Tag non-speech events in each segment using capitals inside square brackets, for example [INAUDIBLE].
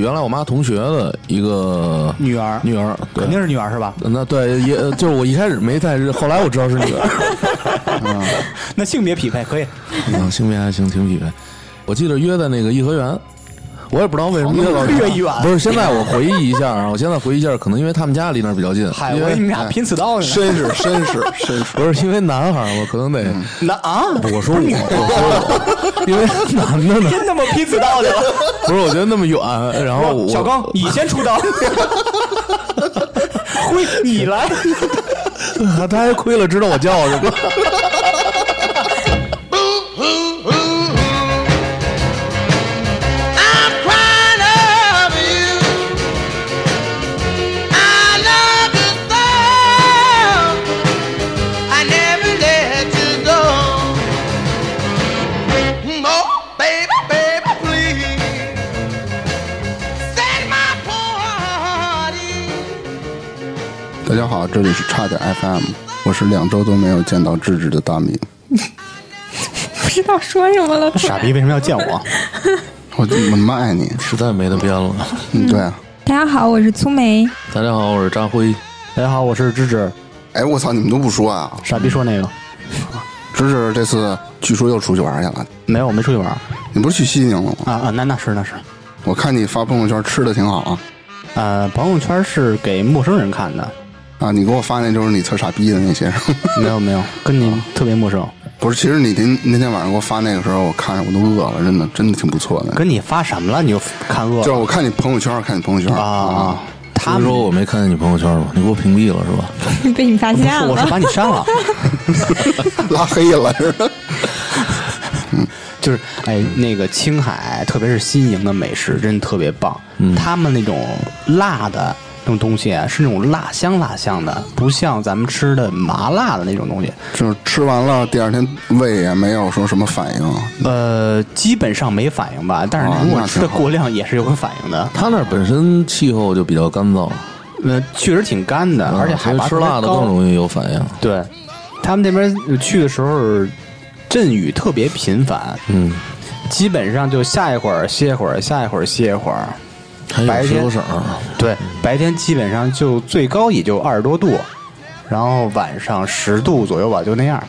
原来我妈同学的一个女儿，女儿，对肯定是女儿是吧？那对也呃就是我一开始没太，后来我知道是女儿，那性别匹配可以，嗯，性别还行，挺匹配。我记得约在那个颐和园，我也不知道为什么约到越远不是，现在我回忆一下啊，我现在回忆一下，可能因为他们家离那儿比较近，嗨，我因为以为你哎们俩拼刺刀呢。[LAUGHS] 绅士，绅士，绅士。不是因为男孩儿，我可能得，那啊，我说我，我说我，因为男的呢， [LAUGHS] 真他妈拼刺刀去了！不是，我觉得那么远，然后我小刚，你先出 [LAUGHS] 刀，挥你来。他他还亏了，知道我叫什么。 I'm crying over you. I love you so. I never let you go. Oh, baby, baby, please set my poor heart easy. 大家好，这里是差点 FM，我是两周都没有见到智智的大米。不知道说什么了。 [LAUGHS] 傻逼为什么要见我？我我妈爱你，实在没得编了。嗯，对啊。大家好，我是粗梅。大家好，我是扎辉。大家好，我是芝芝。哎，我操，你们都不说啊！傻逼说那个芝芝这次据说又出去玩去了，没有，我没出去玩儿你不是去西宁了吗？啊啊，那那是那是，我看你发朋友圈吃的挺好啊，呃，朋友圈是给陌生人看的，啊，你给我发那就是你特傻逼的那些， [LAUGHS] 没有没有，跟你特别陌生，不是？其实你那那天晚上给我发那个时候，我看着我都饿了，真的真的挺不错的。跟你发什么了你就看饿就是了我看你朋友圈，看你朋友圈啊啊，他不是们说我没看见你朋友圈吗？你给我屏蔽了是吧？ [LAUGHS] 被你发不现是，我是了，把你删了， [LAUGHS] 拉黑了 [LAUGHS] 是吧？就是哎，那个青海，特别是西宁的美食真的特别棒，嗯他们那种辣的。那种东西啊是那种辣香辣香的，不像咱们吃的麻辣的那种东西。就是吃完了第二天胃也没有说什么反应，呃，基本上没反应吧，但哦是如果那吃的挺好过量也是有反应的。他那儿本身气候就比较干燥，呃，确实挺干的，而且嗯海所以拔吃辣的特别高更容易有反应。对，他们那边去的时候，阵雨特别频繁，嗯，基本上就下一会儿歇一会儿，下一会儿歇一会儿。还有白石天头省儿，对，白天基本上就最高也就二十多度，然后晚上十度左右吧，就那样。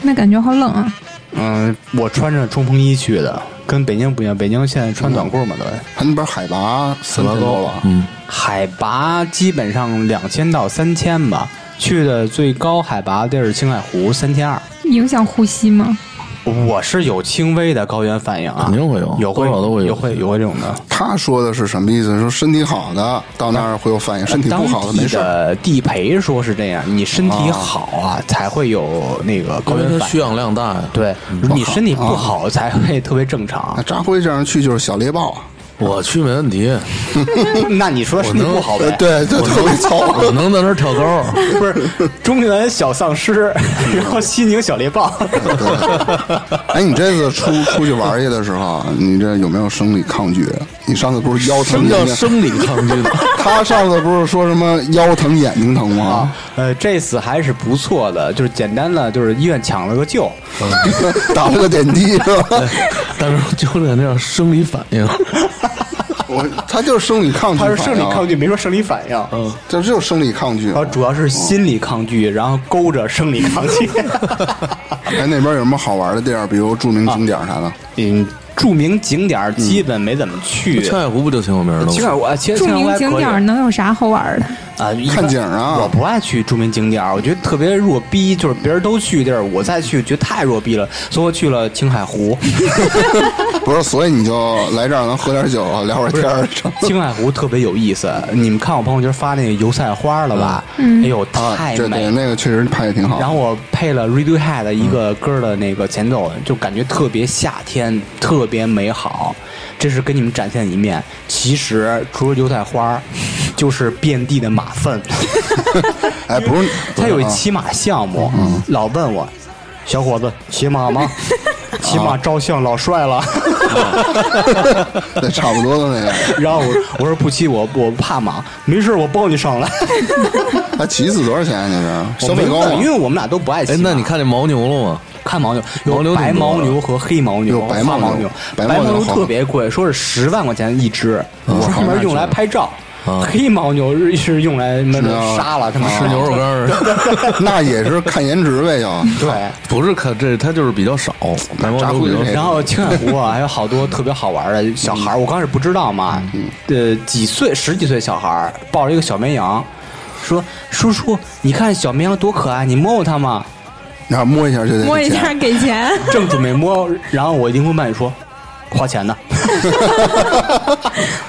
那感觉好冷啊！嗯，我穿着冲锋衣去的，跟北京不一样，北京现在穿短裤嘛，对。他那边海拔三千多了，嗯，海拔基本上两千到三千吧，去的最高海拔地儿是青海湖三千二。影响呼吸吗？我是有轻微的高原反应啊，肯定会有有会多少都会有有会有会这种的。他说的是什么意思？说身体好的到那儿会有反应，身体不好当的地没事儿。的地陪说是这样，你身体好啊，才会有那个高因为原它反需应。氧量大呀。对，你身体不好才会特别正常那。啊扎辉这样去就是小猎豹，啊我去没问题， [LAUGHS] 那你说身体不好呃呗？，对，就特别糙。啊我能在那儿跳 [LAUGHS] 高。不是中原小丧尸，然后西宁小猎 [LAUGHS] 豹。哎，你这次出出去玩去的时候，啊你这有没有生理抗拒？你上次不是腰什疼么叫眼睛？生理抗拒呢？他上次不是说什么腰疼眼睛疼吗？呃，这次还是不错的，就是简单的，就是医院抢了个救。打了个点滴是吧？ [LAUGHS] 但是就是那样生理反应，我他就是生理抗拒，他是生理抗，拒，没说生理反应。嗯，这就是生理抗拒。啊然后主要是心理抗拒，哦然后勾着生理抗 [LAUGHS] 拒。哎，那边有什么好玩的地儿？比如著名景点啥的？嗯，著名景点儿基本没怎么 [LAUGHS] 嗯去。青海湖不就挺有名的青海吗？湖，啊青著青海湖名还可以景点儿能有啥好玩的？啊，一般看景儿啊我不爱去著名景点儿，我觉得特别弱逼，就是别人都去地儿，我再去觉得太弱逼了，所以我去了青海 [LAUGHS] 湖。不是，所以你就来这儿能喝点酒，聊会儿天儿。青海湖特别有意思，你们看我朋友圈发那个油菜花了吧？哎呦，太嗯啊这美对了。那个确实拍的挺好。然后我配了 Radiohead 的一嗯个歌的那个前奏，就感觉特别夏天，特别美好。这是给你们展现一面。其实除了油菜花，就是遍地的马粪。哎，不是，他有一啊骑马项目，老问我，小伙子骑马吗？骑马照相老帅了。 [LAUGHS] 对差不多的那个， [LAUGHS] 然后我我说不骑，我我怕马，没事我抱你上来。他骑一次多少钱啊？你这消我没费高问因为吗？我们俩都不爱骑哎马。，那你看见牦牛了吗？看牦牛，牦有牛白挺多牦的牛和黑牦牛，有白花牦牛牛，白牦牦牛好特别贵，说是十万块钱一只，专门用来拍照。啊黑牦牛是是用来那啊个杀了，他妈吃牛肉干儿， [LAUGHS] 那也是看颜值呗，就对。不是看这，它就是比较少，白毛炸牛灰比较少。这 [LAUGHS] 然后青海湖啊，还有好多特别好玩的小孩儿，我刚开始不知道嘛，呃，几岁十几岁小孩儿抱着一个小绵羊，说叔叔，你看小绵羊多可爱，你摸摸它嘛。 [LAUGHS] 然后摸一下就得摸一下钱给钱，正准备摸，然后我灵魂伴侣说，花钱呢。 [LAUGHS]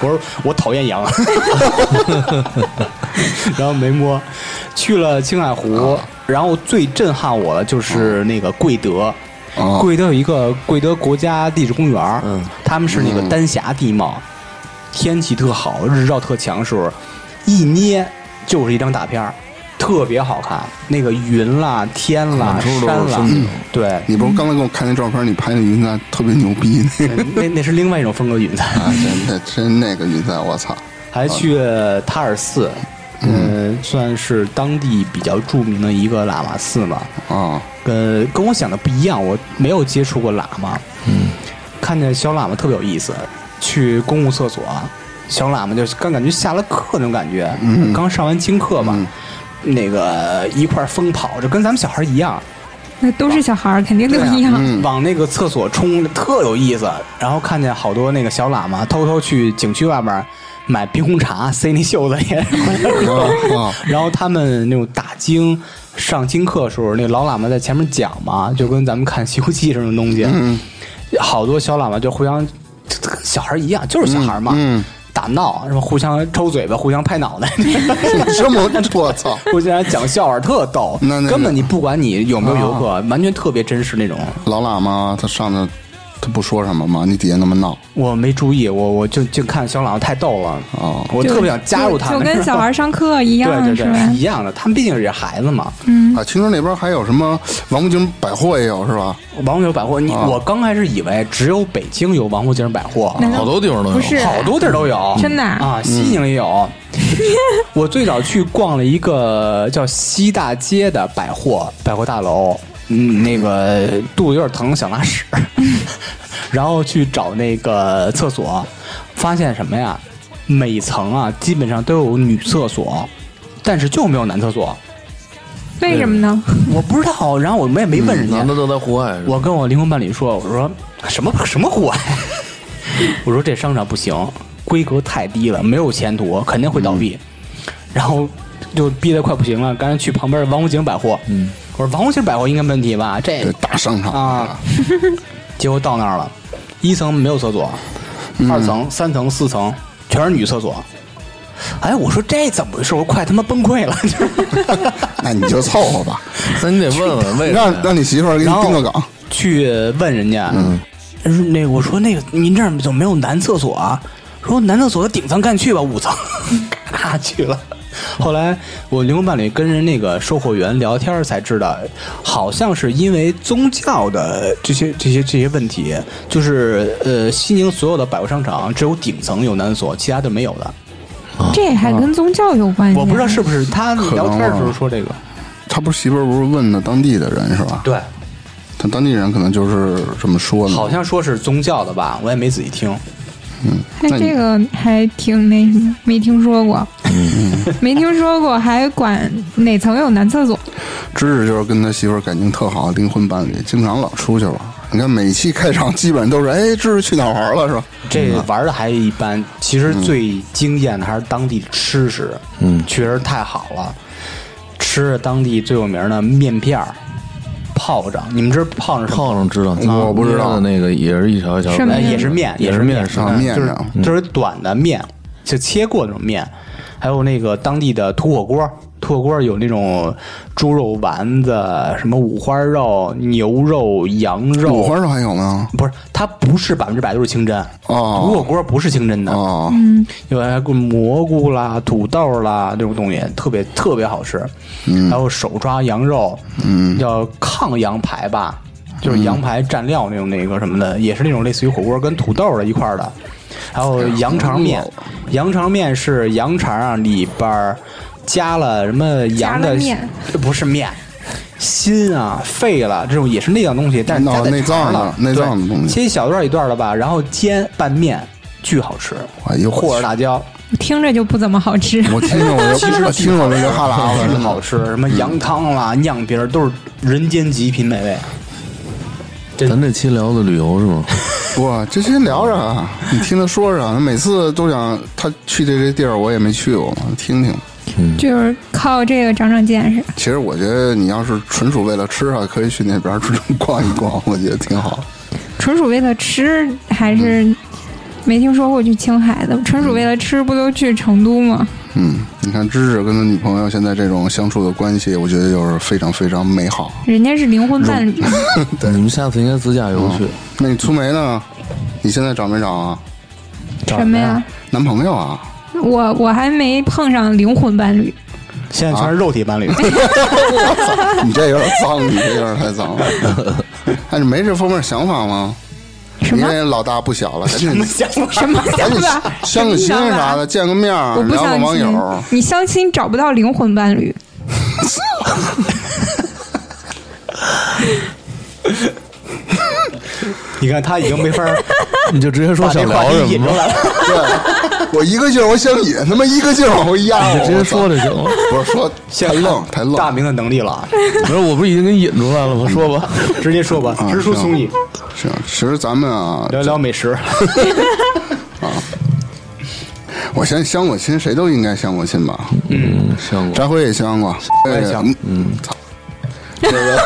我说我讨厌羊，啊 [LAUGHS] 然后没摸。去了青海湖，然后最震撼我的就是那个贵德。嗯啊贵德有一个贵德国家地质公园，嗯，他们是那个丹霞地嗯貌，天气特好，日照特强的时候，一捏就是一张大片儿，特别好看。那个云啦、天啦、满处都是山啦风景，对，你不是刚才给我看那照片，你拍那云彩特别牛逼那个那那是另外一种风格云彩。嗯啊，真的真那个云彩，我操！还去塔尔寺，嗯，算是当地比较著名的一个喇嘛寺嘛。啊，跟跟我想的不一样，我没有接触过喇嘛。嗯，看见小喇嘛特别有意思，去公共厕所，小喇嘛就是刚感觉下了课那种感觉，刚上完经课嘛，那个一块儿疯跑，就跟咱们小孩儿一样。那都是小孩儿，肯定 [LAUGHS] 都对啊一样。嗯往那个厕所冲，特有意思。然后看见好多那个小喇嘛偷偷去景区外面买冰红茶， [LAUGHS] 塞那袖子里。啊啊 [LAUGHS] 然后他们那种打经、上经课的时候，那个老喇嘛在前面讲嘛，就跟咱们看《西游记》这种东西，嗯好多小喇嘛就互相，这跟小孩一样，就是小孩嘛，嗯嗯打闹，什么互相抽嘴巴，互相拍脑袋。 [LAUGHS] 这么我操！互相讲笑话特逗，那那个哦根本你不管你有没有游客，完全特别真实那种。 [LAUGHS] 老喇嘛他上那，他不说什么吗？你底下那么闹我没注意，我我就就看小喇嘛太逗了，哦我特别想加入他就们，[LAUGHS] 就跟小孩上课一样，对对是吧嗯对，一？样的，他们毕竟是孩子嘛。啊！青春那边还有什么王府井百货也有是吧？王府井百货，你、我刚开始以为只有北京有王府井百货，难道好多地方都有不是好多地儿都有，真的啊，西宁也 [LAUGHS] 有。我最早去逛了一个叫西大街的百货百货大楼，嗯，那个肚子有点疼，想拉 [LAUGHS] 屎，然后去找那个厕所，发现什么呀？每层啊，基本上都有女厕所，但是就没有男厕所，为什么呢？我不知道。然后我们也没问人家，男的都在户外，是吧我跟我灵魂伴侣说，我说什么什么户外？ [LAUGHS] 我说这商场不行，规格太低了，没有前途，肯定会倒闭。然后就逼得快不行了，赶紧去旁边的王府井百货。嗯，我说王府井百货应该没问题吧？这对，大商场 [LAUGHS] 啊，结果到那儿了，一层没有厕所，二层、三层、四层全是女厕所。哎，我说这怎么回事？我快他妈崩溃了！就是那你就凑合吧，那你得问问为什让么呀？让你媳妇儿给你然后定个岗。去问人家，嗯，那个我说那个您这儿怎么没有男厕所啊？说男厕所的顶层干去吧，五层， [LAUGHS] 咔咔去了。后来我灵魂伴侣跟人那个售货员聊天儿才知道，好像是因为宗教的这些这些这些问题，就是呃，西宁所有的百货商场只有顶层有男厕所，其他的没有的。这还跟宗教有关嗯系？啊哎我不知道是不是他可能聊天的时候啊说这个，他不是媳妇儿不是问的当地的人是吧？对，他当地人可能就是这么说的。好像说是宗教的吧，我也没仔细听。那这个还挺那什么，没听说过，嗯 [LAUGHS] 没听说过，还管哪层有男厕所？芝芝就是跟他媳妇儿感情特好，灵魂伴侣，经常老出去玩。你看每期开场基本上都是，哎，芝芝去哪儿玩了是吧？这玩的还一般，其实最惊艳的还是当地的吃食，嗯，确实太好了。吃着当地最有名的面片儿、炮仗，你们知道炮仗是什么炮上知道，我不知道捏的那个也是一条一条是吗的，哎也是面，也是面，是是吧吧啊面就是啊就是短的面，就切过那种面。还有那个当地的土火锅，土火锅有那种猪肉丸子、什么五花肉、牛肉、羊肉。五花肉还有吗？不是，它不是百分之百都是清真。哦土火锅不是清真的。哦，有哎还有蘑菇啦、土豆啦这种东西，特别特别好吃。嗯还有手抓羊肉，嗯，叫炕羊排吧，就是嗯羊排蘸料那种那个什么的，也是那种类似于火锅跟土豆的一块儿的。还有羊肠面，羊肠面是羊肠啊里边儿加了什么羊加的了面，不是面。心啊、肺了这种也是内脏东西，但是脑加在哦内肠脏的了，内脏的对东西切一小段儿一段儿的吧，然后煎拌面，巨好吃。哎呦我或者去大椒，听着就不怎么好吃。我听着我其实就我听着我就流哈喇子巨了，好 [LAUGHS] 吃，什么羊汤啦、酿饼儿都是人间极品美味。咱这期聊的旅游是吗？我这先聊着啊，你听他说说，每次都想他去这些地儿，我也没去过嘛，听听。嗯就是靠这个长长见识。其实我觉得你要是纯属为了吃啊，可以去那边儿 [LAUGHS] 逛一逛，我觉得挺好。纯属为了吃，还是没听说过去青海的。纯属为了吃，不都去成都吗？嗯，你看芝芝跟他女朋友现在这种相处的关系，我觉得就是非常非常美好。人家是灵魂伴侣，嗯你们下次应该自驾游去。那你粗梅呢？你现在找没找啊？ [LAUGHS] 什么呀？男朋 [LAUGHS] 友啊？我我还没碰上灵魂伴侣，现在全是肉体伴侣， [LAUGHS] 你这有点脏，你这有点太脏了。 [LAUGHS] 哎，你没这方面想法吗？什你么也老大不小了，赶紧想法？ [LAUGHS] [LAUGHS] 什么赶想紧法？相个亲什么想啥法的，见个面儿我，不聊个相网亲友。，你相亲找不到灵魂伴侣。你看他已经没法儿你就直接说把这想话聊什题引么出吧，来了。对，我一个劲儿往想引，他妈一个劲儿往回压你就我，直接说就行了。我操。不是说太愣太大愣，明的能力了，啊不是，我不是已经给你引出来了吗？说吧，直接说吧，啊直抒行胸臆，是啊，其实咱们啊，聊聊美食。我先相过亲，谁都应该相过亲吧？嗯，相过。张辉也相过，我也相嗯嗯，操， [LAUGHS] 这个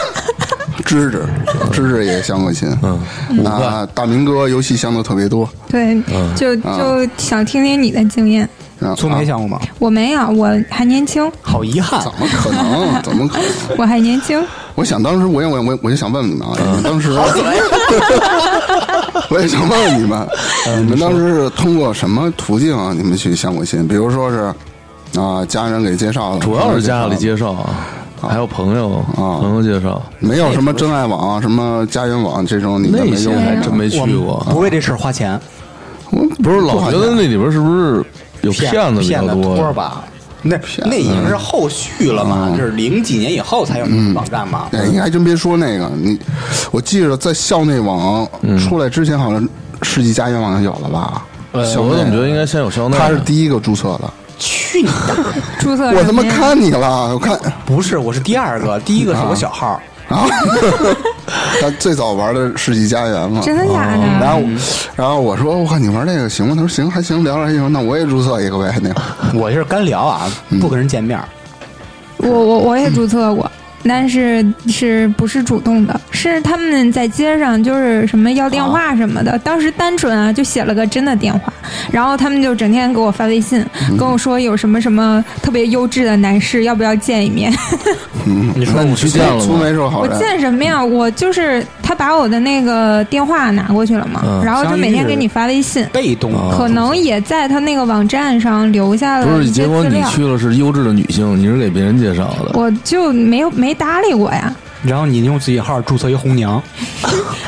芝芝，芝芝也相过亲，嗯，啊，大明哥游戏相的特别多，对，嗯就就想听听你的经验。啊，粗梅啊想过吗？我没有，我还年轻，好遗憾，怎么可能？怎么可能？ [LAUGHS] 我还年轻。我想当时我也我我我就想问问你们嗯啊，当时 [LAUGHS] 我也想问问你们，嗯你们当时是通过什么途径啊？你们去相过亲？比如说是啊、家人给介绍的，主要是家里介介绍啊，还有朋友，啊朋友介绍，没有什么真爱网啊、什么家园网这种，你们那没些用还过真没去我们过啊不。为这事儿花钱，我不是老好觉像得那里边是不是有骗子比骗较子多多呀？吧？那那已经是后续了嘛，就是零几年以后才有那种网站嘛。哎，你还真别说那个，你我记着在校内网嗯出来之前，好像世纪家园网就有了吧？呃校内我怎么觉得应该先有校内？啊他是第一个注册的，去你大爷！注册我他什妈么呀看你了，我看。不是，我是第二个，第一个是我小号。然后 [LAUGHS] 他最早玩的《世纪佳缘》嘛，真的假的？然后嗯然后我说我靠，你玩这个行吗？他说行，还行，聊着还行，那我也注册一个呗。那会儿我就是干聊啊，不跟人见面儿。我我我也注册过，但是是不是主动的？是他们在街上就是什么要电话什么的，嗯当时单纯啊，就写了个真的电话，然后他们就整天给我发微信，嗯跟我说有什么什么特别优质的男士，要不要见一面？嗯你那你去见了粗吗？眉是个好我人，见什么呀？嗯我就是他把我的那个电话拿过去了嘛，嗯然后就每天给你发微信。被动啊可能也在他那个网站上留下不了一是，些结果嗯资你料，去了是优质的女性，你是给别人介绍的。我就没有没搭理过呀。然后你用自己号注册一红娘，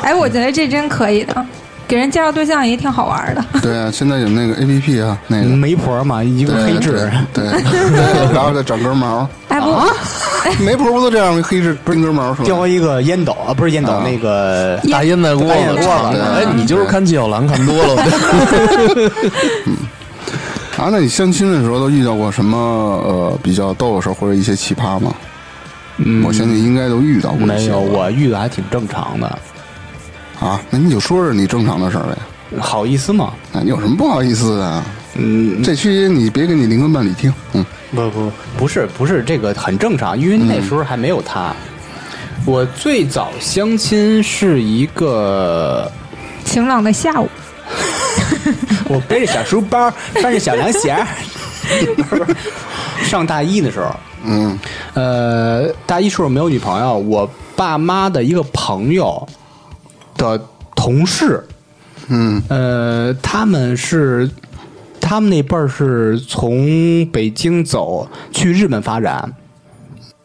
哎，我觉得这真可以的，给人介绍对象也挺好玩的。对啊，现在有那个 A P P 啊，那嗯个媒婆嘛，一个对黑痣，对， [LAUGHS] 对然后再长根毛，哎不，啊媒婆不都这样吗？黑痣钉根毛是吧？叼一个烟斗啊，不嗯是烟斗，啊那个大烟袋锅大烟嗯子袋，锅子哎，你就是看纪晓岚 [LAUGHS] 看多 [LAUGHS] 了，啊，那你相亲的时候都遇到过什么呃比较逗的事儿或者一些奇葩吗？嗯我相信应该都遇到过一些吧。没有，我遇的还挺正常的，啊，那你就说说你正常的事儿呗。好意思吗？那你有什么不好意思的啊？嗯，这期你别给你灵魂伴侣听，嗯，不不不是不是这个很正常，因为那时候还没有他。我最早相亲是一个，晴朗的下午，我背着小书包，穿着小凉鞋 [LAUGHS] 儿，上大一的时候，嗯，呃，大一时候没有女朋友，我爸妈的一个朋友的同事，嗯，呃，他们是他们那辈儿是从北京走去日本发展，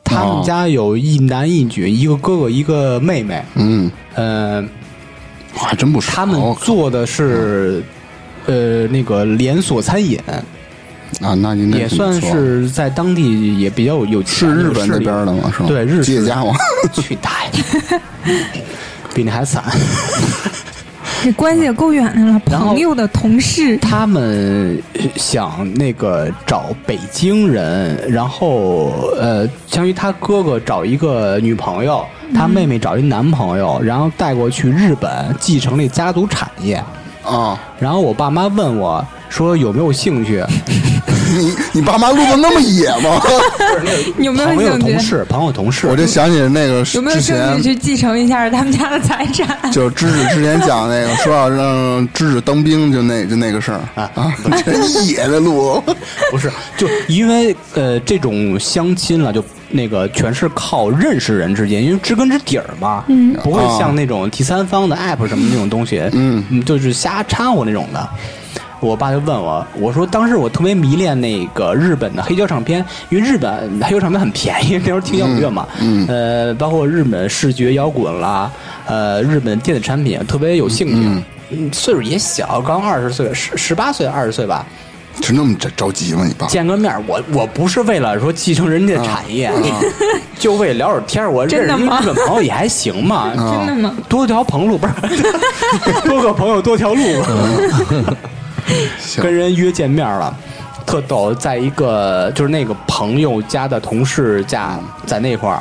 他们哦家有一男一女，一个哥哥一个妹妹，嗯，呃，我还哦真不少。啊他们做的是呃那个连锁餐饮，啊，那应该也挺不算错是在当地也比较有有是日本那边的。的吗？是吧？对日式吉野家嘛， [LAUGHS] 去大爷， [LAUGHS] 比你还惨。 [LAUGHS] 这关系也够远的了，然后朋友的同事，他们想那个找北京人，然后呃，相当于他哥哥找一个女朋友，他妹妹找一男朋友，然后带过去日本继承那家族产业。啊，然后我爸妈问我说有没有兴趣，你你爸妈录的那么野吗？ [LAUGHS] 有没有朋友兴同趣？事，朋友同事，我就想起那个有没有之兴前趣去继承一下他们家的财产？就芝芝之前讲那个说要让芝芝当兵，就那就那个事儿啊啊，真野的路， [LAUGHS] 不是，就因为呃这种相亲了，就那个全是靠认识人之间，因为知根知底儿嘛，嗯，不会像那种第三方的 app 什么那种东西，嗯，就是瞎掺和那种的。我爸就问我，我说当时我特别迷恋那个日本的黑胶唱片，因为日本黑胶唱片很便宜，那时候听摇滚乐嘛，嗯，呃，包括日本视觉摇滚啦，呃，日本电子产品特别有兴趣。嗯岁数也小，刚二十岁，十十八岁、二十岁吧，就那么着着急吗？你爸见个面儿，我我不是为了说继承人家产业， [LAUGHS] 就为聊会儿天儿。我认真的识一吗日本朋友也还行嘛，真的吗？多条朋路不 [LAUGHS] 是多个朋友多条路嘛，行跟人约见面了。特逗，在一个就是那个朋友家的同事家，在那块儿，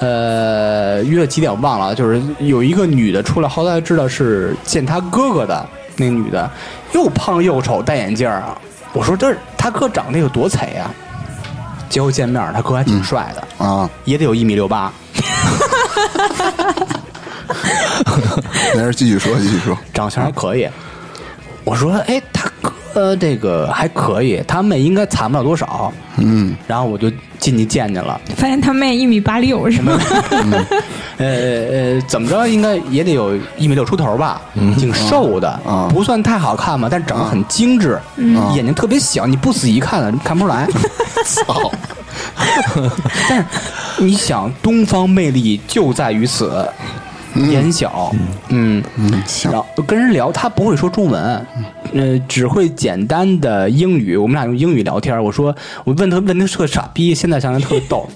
呃，约了几点我忘了，就是有一个女的出来，后来知道是见他哥哥的那女的，又胖又丑，戴眼镜儿啊。我说这他哥长得有多丑呀、结果见面儿，他哥还挺帅的，啊，也得有一米六八，没事，继续说，继续说，长相还可以。我说，哎，他哥这个还可以，他妹应该惨不了多少。嗯，然后我就进去见见了，发现他妹一米八六是吗？呃呃，怎么着应该也得有一米六出头吧，挺瘦的，嗯啊不算太好看吧，但长得很精致，眼睛特别小，你不仔细看看不出来。 [LAUGHS] 操， [LAUGHS] 但是你想，东方魅力就在于此，眼小，嗯嗯，行然，后跟人聊，他不会说中文，呃，只会简单的英语。我们俩用英语聊天。我说，我问他问他是个傻逼，现在想想特别逗。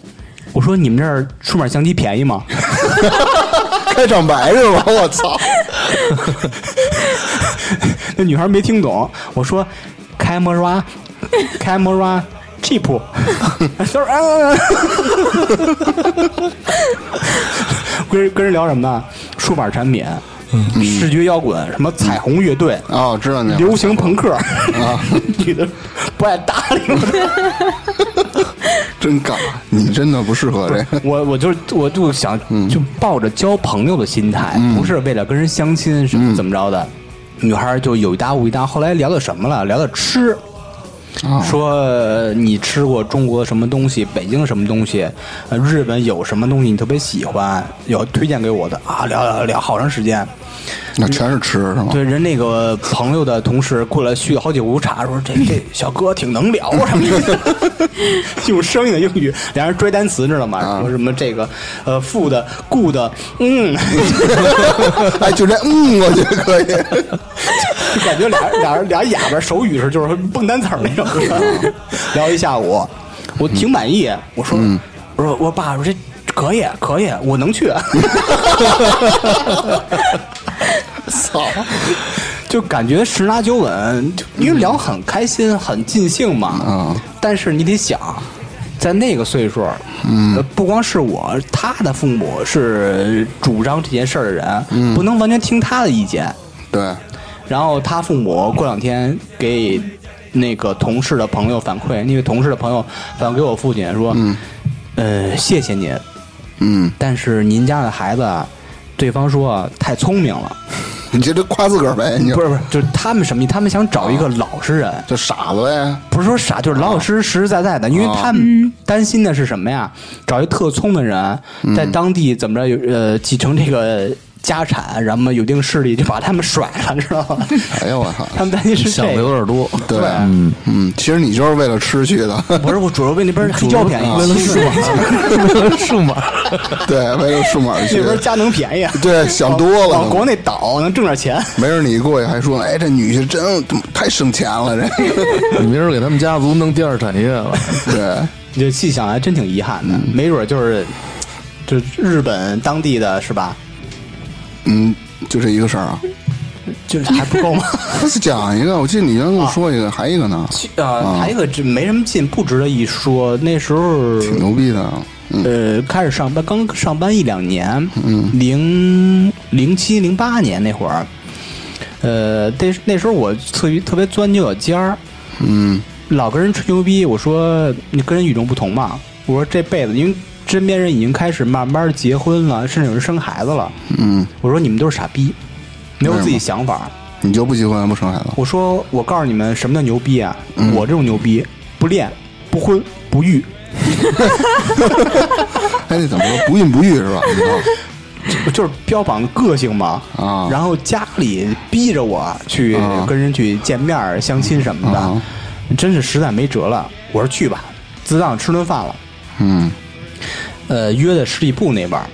我说你们这儿数码相机便宜吗？ [LAUGHS] 开场白是吧？我操，那女孩没听懂。我说 camera camera cheap，她 [LAUGHS] 说啊， [LAUGHS] 跟人跟人聊什么呢？数码产品，视觉摇滚，什么彩虹乐队，啊，我知道你流行朋克 [LAUGHS] 啊，女的不爱搭理我。真尬，你真的不适合这个， [LAUGHS] 我我嗯就我就想就抱着交朋友的心态，不是为了跟人相亲什么怎么着的。女孩就有一搭无一搭，后来聊到什么了？聊到吃，啊说呃你吃过中国什么东西，北京什么东西，呃日本有什么东西你特别喜欢，有推荐给我的啊，聊聊聊好长时间。那全是吃是吗？对，人那个朋友的同事过来续了好几壶茶， [LAUGHS] 说这这小哥挺能聊啊什么的，用生硬的英语，俩人追单词知道吗？啊说什么这个呃 food good，嗯，哎，就这，嗯，我觉得可以，就 [LAUGHS] 感觉俩俩人俩哑巴手语是就是蹦单词儿那种，聊一下午，我挺满意，我说、我说我爸我说这可以可以，我能去。 [LAUGHS] 操，就感觉十拿九稳，就因为聊很开心，很尽兴嘛。嗯但是你得想，在那个岁数，嗯，不光是我，他的父母是主张这件事儿的人，不能完全听他的意见。对，然后他父母过两天给那个同事的朋友反馈，那个同事的朋友反馈给我父亲说，嗯，呃，谢谢您，嗯，但是您家的孩子啊，对方说啊太聪明了。你这这夸自个儿呗，你就不是不是，就是他们什么意思？他们想找一个老实人，就傻子呗，不是说傻，就是老老实实、实实在在的。因为他们担心的是什么呀？找一特聪的人，在当地怎么着有呃继承这个家产，然后有定势力就把他们甩了，知道吗？哎呦我操！他们担心是想这的有个，点多，对，啊嗯嗯，其实你就是为了吃去的， [LAUGHS] 不是我主要为那边药便宜，为了 [LAUGHS] 数码，为了数码，对，为了数码去那。边家能便宜，对，想多了。往国内倒能挣点钱。没准你过去还说，哎，这女婿真太省钱了，这。你明儿给他们家族弄第二产业了。 [LAUGHS] 对， [LAUGHS] 你就细想还真挺遗憾的，没准就是就日本当地的是吧？嗯，就这一个事儿啊。就是还不够 [LAUGHS] 吗？讲一个，我记得你原来跟我说一个，还一个呢，呃，还有一个这没什么劲，不值得一说。那时候挺牛逼的。嗯，呃，开始上班，刚上班一两年，嗯，零零七零八年那会儿，呃，那那时候我特别特别钻牛角尖儿，嗯，老跟人吹牛逼，我说你跟人与众不同嘛，我说这辈子因为身边人已经开始慢慢结婚了，甚至有人生孩子了，嗯，我说你们都是傻逼，没有自己为想法。你就不结婚不生孩子？我说我告诉你们什么叫牛逼啊！嗯我这种牛逼，不恋不婚不育，哎，那怎么说？不孕不育是吧？你知道就就是标榜个性嘛。啊然后家里逼着我去啊跟人去见面儿、相亲什么啊的，真是实在没辙了。我说去吧，自当吃顿饭了。嗯呃，约的十里铺那边儿，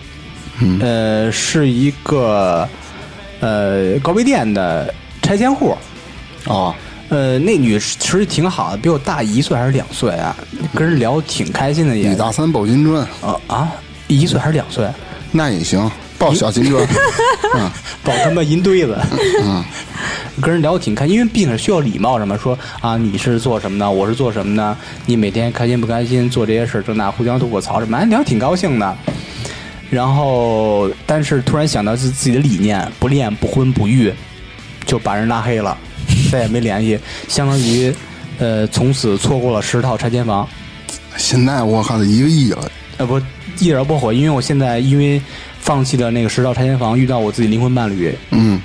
嗯呃，是一个呃高碑店的拆迁户。哦，呃，那女其实挺好的，比我大一岁还是两岁啊，跟人聊挺开心的也。女大三抱金砖，啊啊，一岁还是两岁？那也行，抱小金砖。嗯抱他妈银堆子， [LAUGHS] 跟人聊得挺开心，因为毕竟是需要礼貌什么，说啊你是做什么的，我是做什么的，你每天开心不开心，做这些事儿这那，互相吐口槽什么，哎，聊得挺高兴的。然后，但是突然想到自自己的理念，不恋不婚不育，就把人拉黑了，再也没联系，相当于，呃，从此错过了十套拆迁房。现在我靠，一个亿了，呃，不，一点儿不悔，因为我现在因为放弃了那个十套拆迁房，遇到我自己灵魂伴侣，嗯，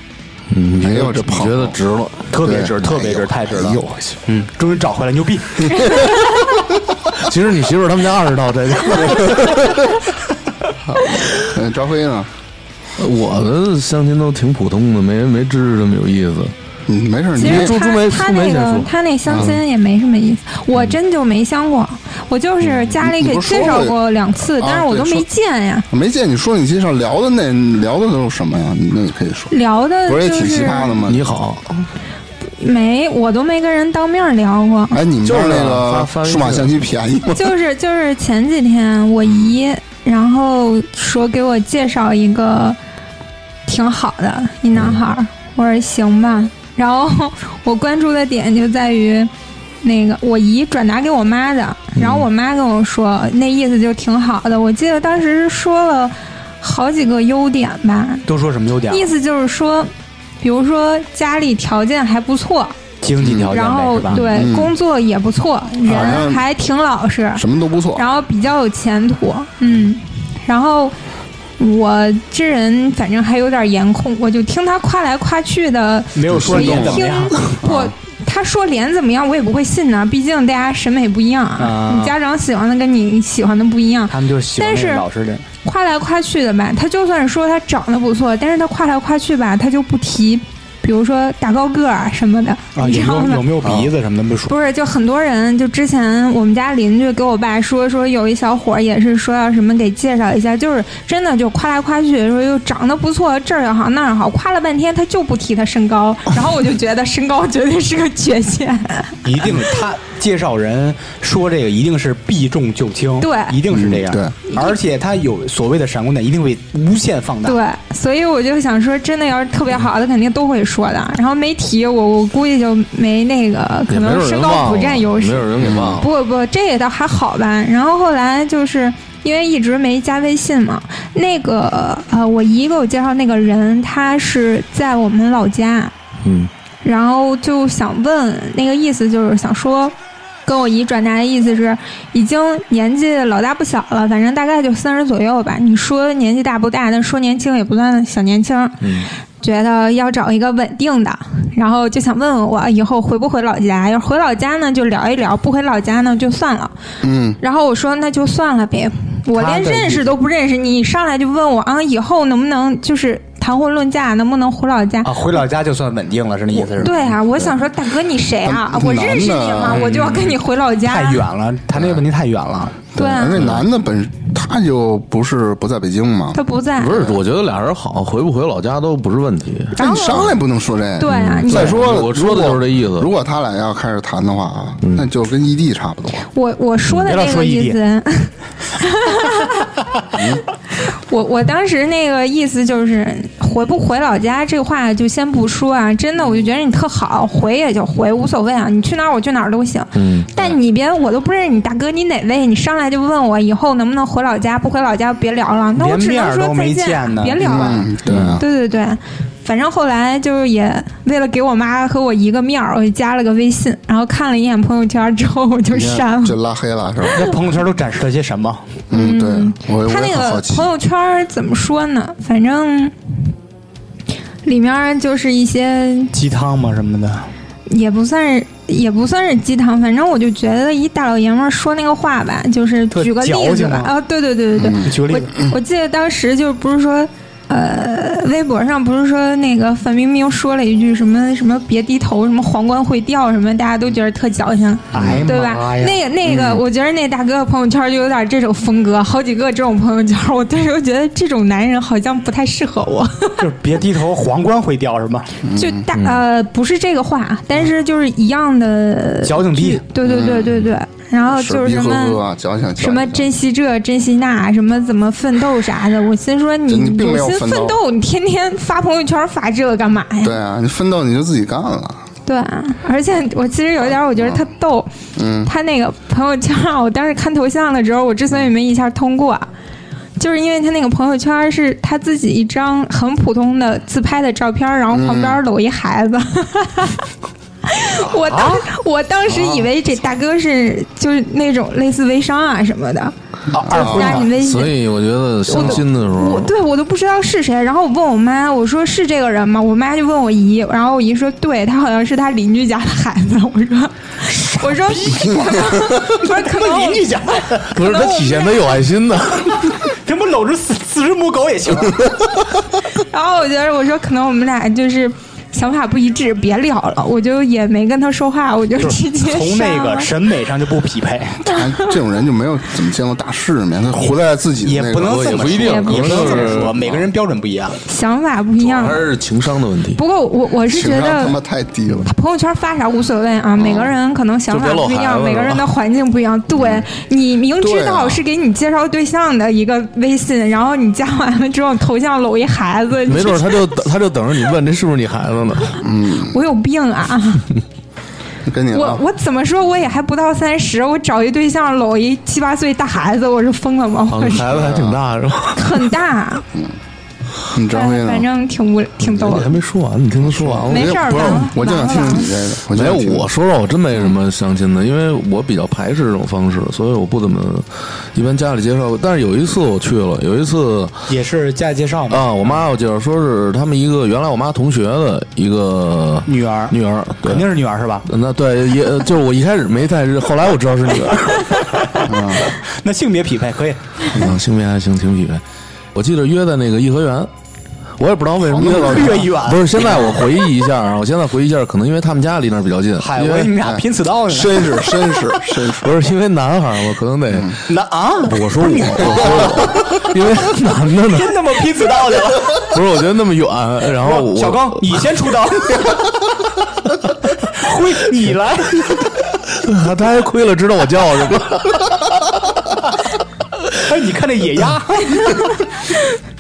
嗯，你哎觉呦得这你朋觉友得值了？特别对值，特别值，太值了哎呦。我去，嗯，终于找回来，牛逼！其实你媳妇儿他们家二十套这个，嗯，张飞呢？ [LAUGHS] 我的相亲都挺普通的，没没芝芝这么有意思。嗯，没事，你其这实朱他朱梅他朱梅那先个说他那嗯相亲也没什么意思，我真就没相过，我就是家里嗯你给不是介说绍过过两次，啊但是我对都没说见呀。没见你说你介绍聊的那聊的都是什么呀？那你可以说，聊的不就是也挺奇是葩的吗？你好，没，我都没跟人当面聊过。哎，你们就是那那个发发个微数码信相机便宜吗？就是就是前几天我姨，然后说给我介绍一个挺好的一嗯男孩儿，我说行吧。然后我关注的点就在于那个我姨转达给我妈的，嗯然后我妈跟我说那意思就挺好的。我记得当时说了好几个优点吧，都说什么优点啊？意思就是说，比如说家里条件还不错，经济条件然呗，后是吧？对、嗯工作也不错，人还挺老实，什么都不错，然后比较有前途，嗯，然后我这人反正还有点颜控，我就听他夸来夸去的，没有说你脸怎么听样， [LAUGHS] 不。他说脸怎么样，我也不会信呢。毕竟大家审美不一样啊你家长喜欢的跟你喜欢的不一样。他们就是喜欢那但个是老实人。夸来夸去的吧，他就算是说他长得不错，但是他夸来夸去吧，他就不提，比如说打高个儿啊什么的，啊，你知有没有道吗有？没有鼻子什么的没说？不是，就很多人，就之前我们家邻居给我爸说，说有一小伙儿也是说要什么给介绍一下，就是真的就夸来夸去，说又长得不错，这儿也好那儿也好，夸了半天他就不提他身高，然后我就觉得身高绝对是个缺陷，一定他介绍人说这个一定是避重就轻，对一定是这样。嗯而且他有所谓的闪光点，一定会无限放大。对，所以我就想说，真的要是特别好的，肯定都会说的，然后没提我，我估计就没那个，可也没能有身人高忘不了，占优没势有。人给忘了。不不，这也倒还好吧。然后后来就是因为一直没加微信嘛，那个呃，我姨给我介绍那个人，他是在我们老家，嗯，然后就想问那个意思，就是想说。跟我姨转达的意思是，已经年纪老大不小了，反正大概就三十左右吧。你说年纪大不大，但说年轻也不算小年轻。嗯，觉得要找一个稳定的，然后就想问问我以后回不回老家。要是回老家呢，就聊一聊；不回老家呢，就算了。嗯，然后我说那就算了呗，我连认识都不认识，你上来就问我啊，以后能不能就是？谈婚论嫁，能不能回老家？啊，回老家就算稳定了，是那意思是吧？嗯对啊，我想说，大哥你谁啊？很我认识你很吗难？我就要跟你回老家。太远了，嗯他那个问题太远了。对啊而，且男的本他就不是不在北京嘛，他不在不。是，我觉得俩人好，回不回老家都不是问题。那然你后商量不能说这。嗯对嗯啊你再说了，我说的如果就是这意思嗯如果他俩要开始谈的话，啊那就跟异地差不多。我我说的别老这说个异意地嗯思， [LAUGHS] 我我当时那个意思就是回不回老家这话就先不说啊，真的我就觉得你特好，回也就回，无所谓啊，你去哪儿我去哪儿都行。嗯，但你别我都不认识你大哥你哪位，你上来就问我以后能不能回老家，不回老家别聊了，那我连只面能儿说都再没见啊见，呢别聊了。嗯，对啊，对对对，反正后来就是也为了给我妈和我一个面儿，我就加了个微信，然后看了一眼朋友圈之后我就你看删就了。拉黑了是吧？ [LAUGHS] 那朋友圈都展示了些什么？嗯，对，我我他那也很好个奇朋。友圈怎么说呢？反正里面就是一些鸡汤吗什么的？也不算是也不算是鸡汤，反正我就觉得一大老爷们儿说那个话吧，就是特举个例矫子情吧，吗啊，对对对嗯对对，你举个例子，我我记得当时就不是说，呃，微博上不是说那个范冰冰说了一句什么什么别低头，什么皇冠会掉什么，大家都觉得特矫情，哎呀对吧？妈呀！嗯那个那个，我觉得那大哥的朋友圈就有点这种风格，好几个这种朋友圈，我当时就觉得这种男人好像不太适合我。 [LAUGHS] 就是别低头，皇冠会掉是吗？ [LAUGHS] 就大嗯呃不是这个话，但是就是一样的矫情逼句对对对对对，嗯然后就是逼什呵么。呵啊，矫情什么珍惜这，珍惜那，什么怎么奋斗啥的。我心说你真的并没有有心奋斗奋斗，你天天发朋友圈发这个干嘛呀？对啊，你奋斗你就自己干了，对啊，而且我其实有一点，我觉得特逗。嗯，他那个朋友圈啊，我当时看头像的时候，我之所以没一下通过，就是因为他那个朋友圈是他自己一张很普通的自拍的照片，然后旁嗯边搂一孩子。 [LAUGHS] 我啊当我当时以为这大哥是就是那种类似微商啊什么的，啊，二婚加你的微信所。以我觉得相亲的时我嗯候，对我都不知道是谁，然后我问我妈，我说是这个人吗？我妈就问我姨，然后我姨说对，他好像是他邻居家的孩子。我说，我说，我说可能邻居家，不是他体现他有爱心呢。 [LAUGHS] 他妈搂着四四只母狗也行。啊然后我觉得我说可能我们俩就是想法不一致，别聊了，我就也没跟他说话，我就 [LAUGHS] 直接从那删个了审美上就不匹配， [LAUGHS] 他这种人就没有怎么见过大世面，他活在自己的也那不个能这也么不一说，定也可能不能这么是说，每个人标准不一样。想法不一样还。是情商的问题。不过我我是情觉商得他妈太低了。朋友圈发啥无所谓啊，每个人可能想法不一样，哦就别露孩子嗯每个人的环境不一样。对你明知对啊道是给你介绍对象的一个微信，然后你加完了之后头像搂一孩子，没准儿他就他就等着你问这是不是你孩子呢？我有病 [LAUGHS] 啊！跟你我啊，我怎么说我也还不到三十，我找一对象搂一七八岁大孩子，我是疯了吗？啊，我你是孩子还挺大是吧？很大，你张辉呢？反正挺无挺逗你还的。没说完，你听他说完了。没事儿不是完了，我就想听完了你这个。我就没想有，听我说说，我真没什么相亲的，因为我比较排斥这种方式，所以我不怎么一般家里介绍。但是有一次我去了，有一次也是家里介绍嘛，啊，我妈我介绍说是他们一个原来我妈同学的一个女儿，女儿，对肯定是女儿是吧？那对也呃就是我一开始没太认，后来我知道是女儿，那性别匹配可以， [LAUGHS] 嗯，性别还行，挺匹配。我记得约在那个颐和园，我也不知道为哦什么约到越远不是，现在我回忆一下啊，我现在回忆一下，可能因为他们家离那儿比较 [LAUGHS] 近，嗨，我因以为你为们俩拼刺刀 [LAUGHS] 呢。绅士，绅士，绅 [LAUGHS] 士。不是因为男孩儿嘛，可能 [LAUGHS] 得。那啊，我说我， [LAUGHS] 我说我，因为男的呢，真他妈拼刺刀去了！不是我觉得那么远，然后我小刚，你先出刀， [LAUGHS] 挥你来， [LAUGHS] [LAUGHS] 他他还亏了，知道我叫什么。哎，你看那野鸭，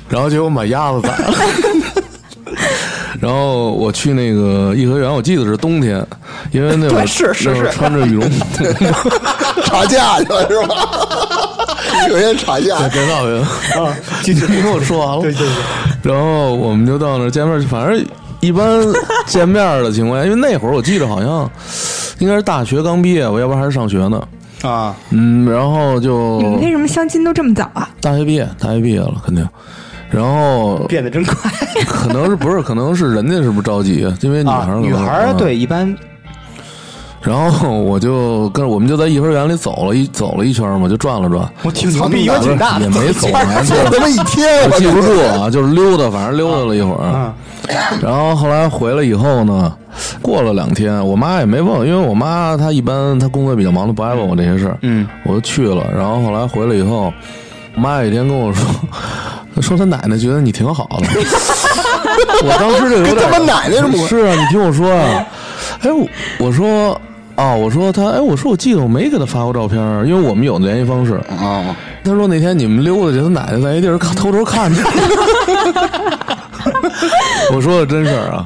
然后结果把鸭子宰了。 [LAUGHS] 然后我去那个颐和园，我记得是冬天，因为那会儿对是是那会儿是穿着羽绒服，吵架去了是 [LAUGHS] 吧？有人吵架，别闹别闹，啊，继续你跟我说完了。对对对，然后我们就到那儿见面，反正哎一般见面的情况下，因为那会儿我记得好像应该是大学刚毕业，我要不然还是上学呢。啊，嗯，然后就你们为什么相亲都这么早啊？大学毕业，大学毕业了肯定。然后变得真快可啊能是不是，可能是人家是不是着急？因为女孩啊儿可！能女孩儿嗯对一般然后我就跟我们就在颐和园里走了一走了一圈嘛，就转了转，我挺牛逼，操我挺大也的，没走 [LAUGHS] 完，就坐了他妈一天，我我记就嗯不住啊，就是溜达，反正溜达了一会儿。 [LAUGHS] 然后后来回来以后呢，过了两天，我妈也没问，因为我妈她一般她工作比较忙，她不爱问我这些事儿。嗯，我就去了。然后后来回来以后，我妈有一天跟我说，她说她奶奶觉得你挺好的。 [LAUGHS] 我当时就有点跟他妈奶奶是不是啊，你听我说啊，哎，我我说啊，我说她，哎，我说我记得我没给她发过照片啊，因为我们有联系方式。啊，他说那天你们溜达去，他奶奶在一地儿看偷偷看着。 [LAUGHS] 我说的真事儿啊。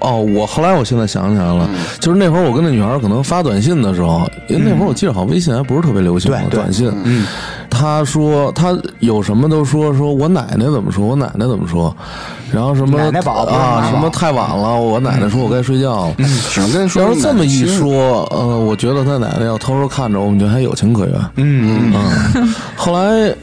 哦，我后来我现在想起来了，嗯就是那会儿我跟那女孩儿可能发短信的时候，因为那会儿我记得好像微信还不是特别流行嘛对对短信。嗯，她说她有什么都说，说我奶奶怎么说，我奶奶怎么说，然后什么奶奶宝不嗯是妈啊宝什么太晚了，我奶奶说我该睡觉了。只能跟说要是这么一奶奶亲说，呃，我觉得他奶奶要偷偷看着我们，就还有情可原。嗯，嗯， [LAUGHS] 后来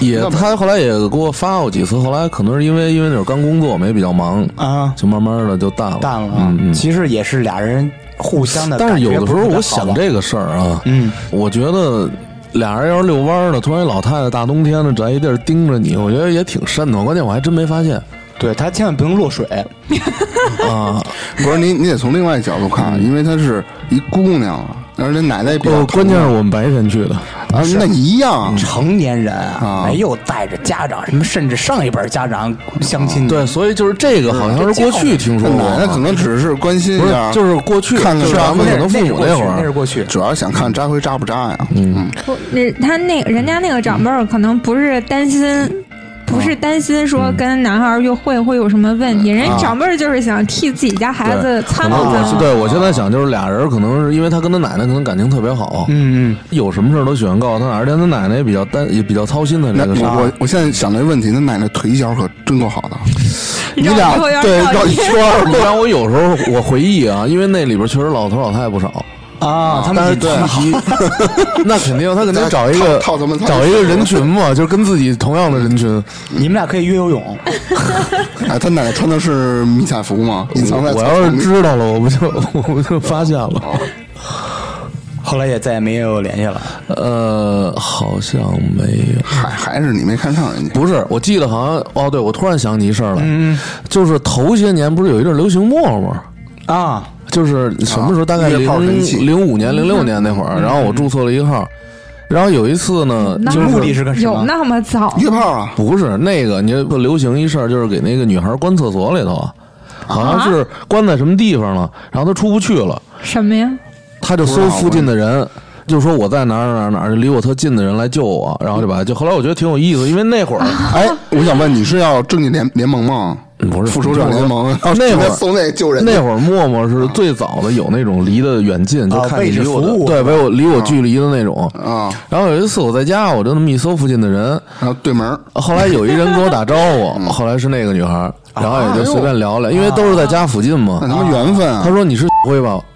也那么他后来也给我发过几次，后来可能是因为因为那会儿刚工作嘛，也比较忙， [LAUGHS] 啊，就慢慢的就淡了。淡了啊嗯。嗯。其实也是俩人互相的，但是有的时候我想，这个事儿啊，嗯，我觉得。俩人要是遛弯儿呢，突然一老太太大冬天的在一地儿盯着你，我觉得也挺瘆的。关键我还真没发现对他千万不能落水，嗯啊。不是你，你得从另外角度看，因为她是一姑娘啊，而且奶奶也比较呃，疼关键是我们白天去的，啊，那一样啊，成年人啊啊没有带着家长，什么甚至上一辈儿家长相亲，对，所以就是这个好像是过去听说那过奶奶可啊，能只是关心不一是下，就是过去，啊看看就是咱那们是可能父母那会是过去那是儿，过去，主要想看扎灰扎不扎呀。嗯，不，那他那人家那个长辈儿可能不是担心。不是担心说跟男孩儿约会会有什么问题，人家长辈儿就是想替自己家孩子可参能谋参我谋。啊对我现在想就是俩人可能是因为他跟他奶奶可能感情特别好，嗯嗯，有什么事儿都喜欢告诉他，而且他奶奶也比较担也比较操心的那这个事我儿我。我现在想这问题，那奶奶腿脚可真够好的，你你知道俩以后要对绕绕一一圈儿你让我有时候我回忆啊，因为那里边确实老头老太太 [LAUGHS] 不少，啊，他但是们对他们，那肯定他肯定找一个套套咱们找一个人群嘛，就是跟自己同样的人群。你们俩可以约游 [LAUGHS] 泳，哎，他奶奶穿的是迷彩服吗？隐藏在我草要丛是里。知道了，我不就我不就发现了。后来也再也没有联系了。呃，好像没有。还还是你没看上人家，不是，我记得好像哦，对，我突然想起一事儿来，就是头些年不是有一阵儿流行陌陌，啊，就是什么时候？大概约炮神器啊零嗯零五年、零六年那会儿，然后我注册了一个号，然后有一次呢，嗯那就是目的是干什么有那么早？约炮啊，不是那个，你不流行一事儿，就是给那个女孩关厕所里头啊，好像是关在什么地方了，然后她出不去了，什么呀？她就搜附近的人。就说我在哪儿哪儿哪儿，离我特近的人来救我，然后就把就后来我觉得挺有意思，因为那会儿 [LAUGHS] 哎，我想问你是要正义联联盟吗？嗯不是复仇者联盟，哦那会儿搜那救人，那会儿陌陌是最早的有那种离得远近，就啊看位你置离我服务的对，为我离我距离的那种。啊，然后有一次我在家，我就那么一搜附近的人，然后对门儿后来有一人跟我打招呼，后来是那个女孩儿，然后也就随便聊聊，因为都是在家附近那嘛。他妈缘分啊她！说你是灰吧？ [LAUGHS]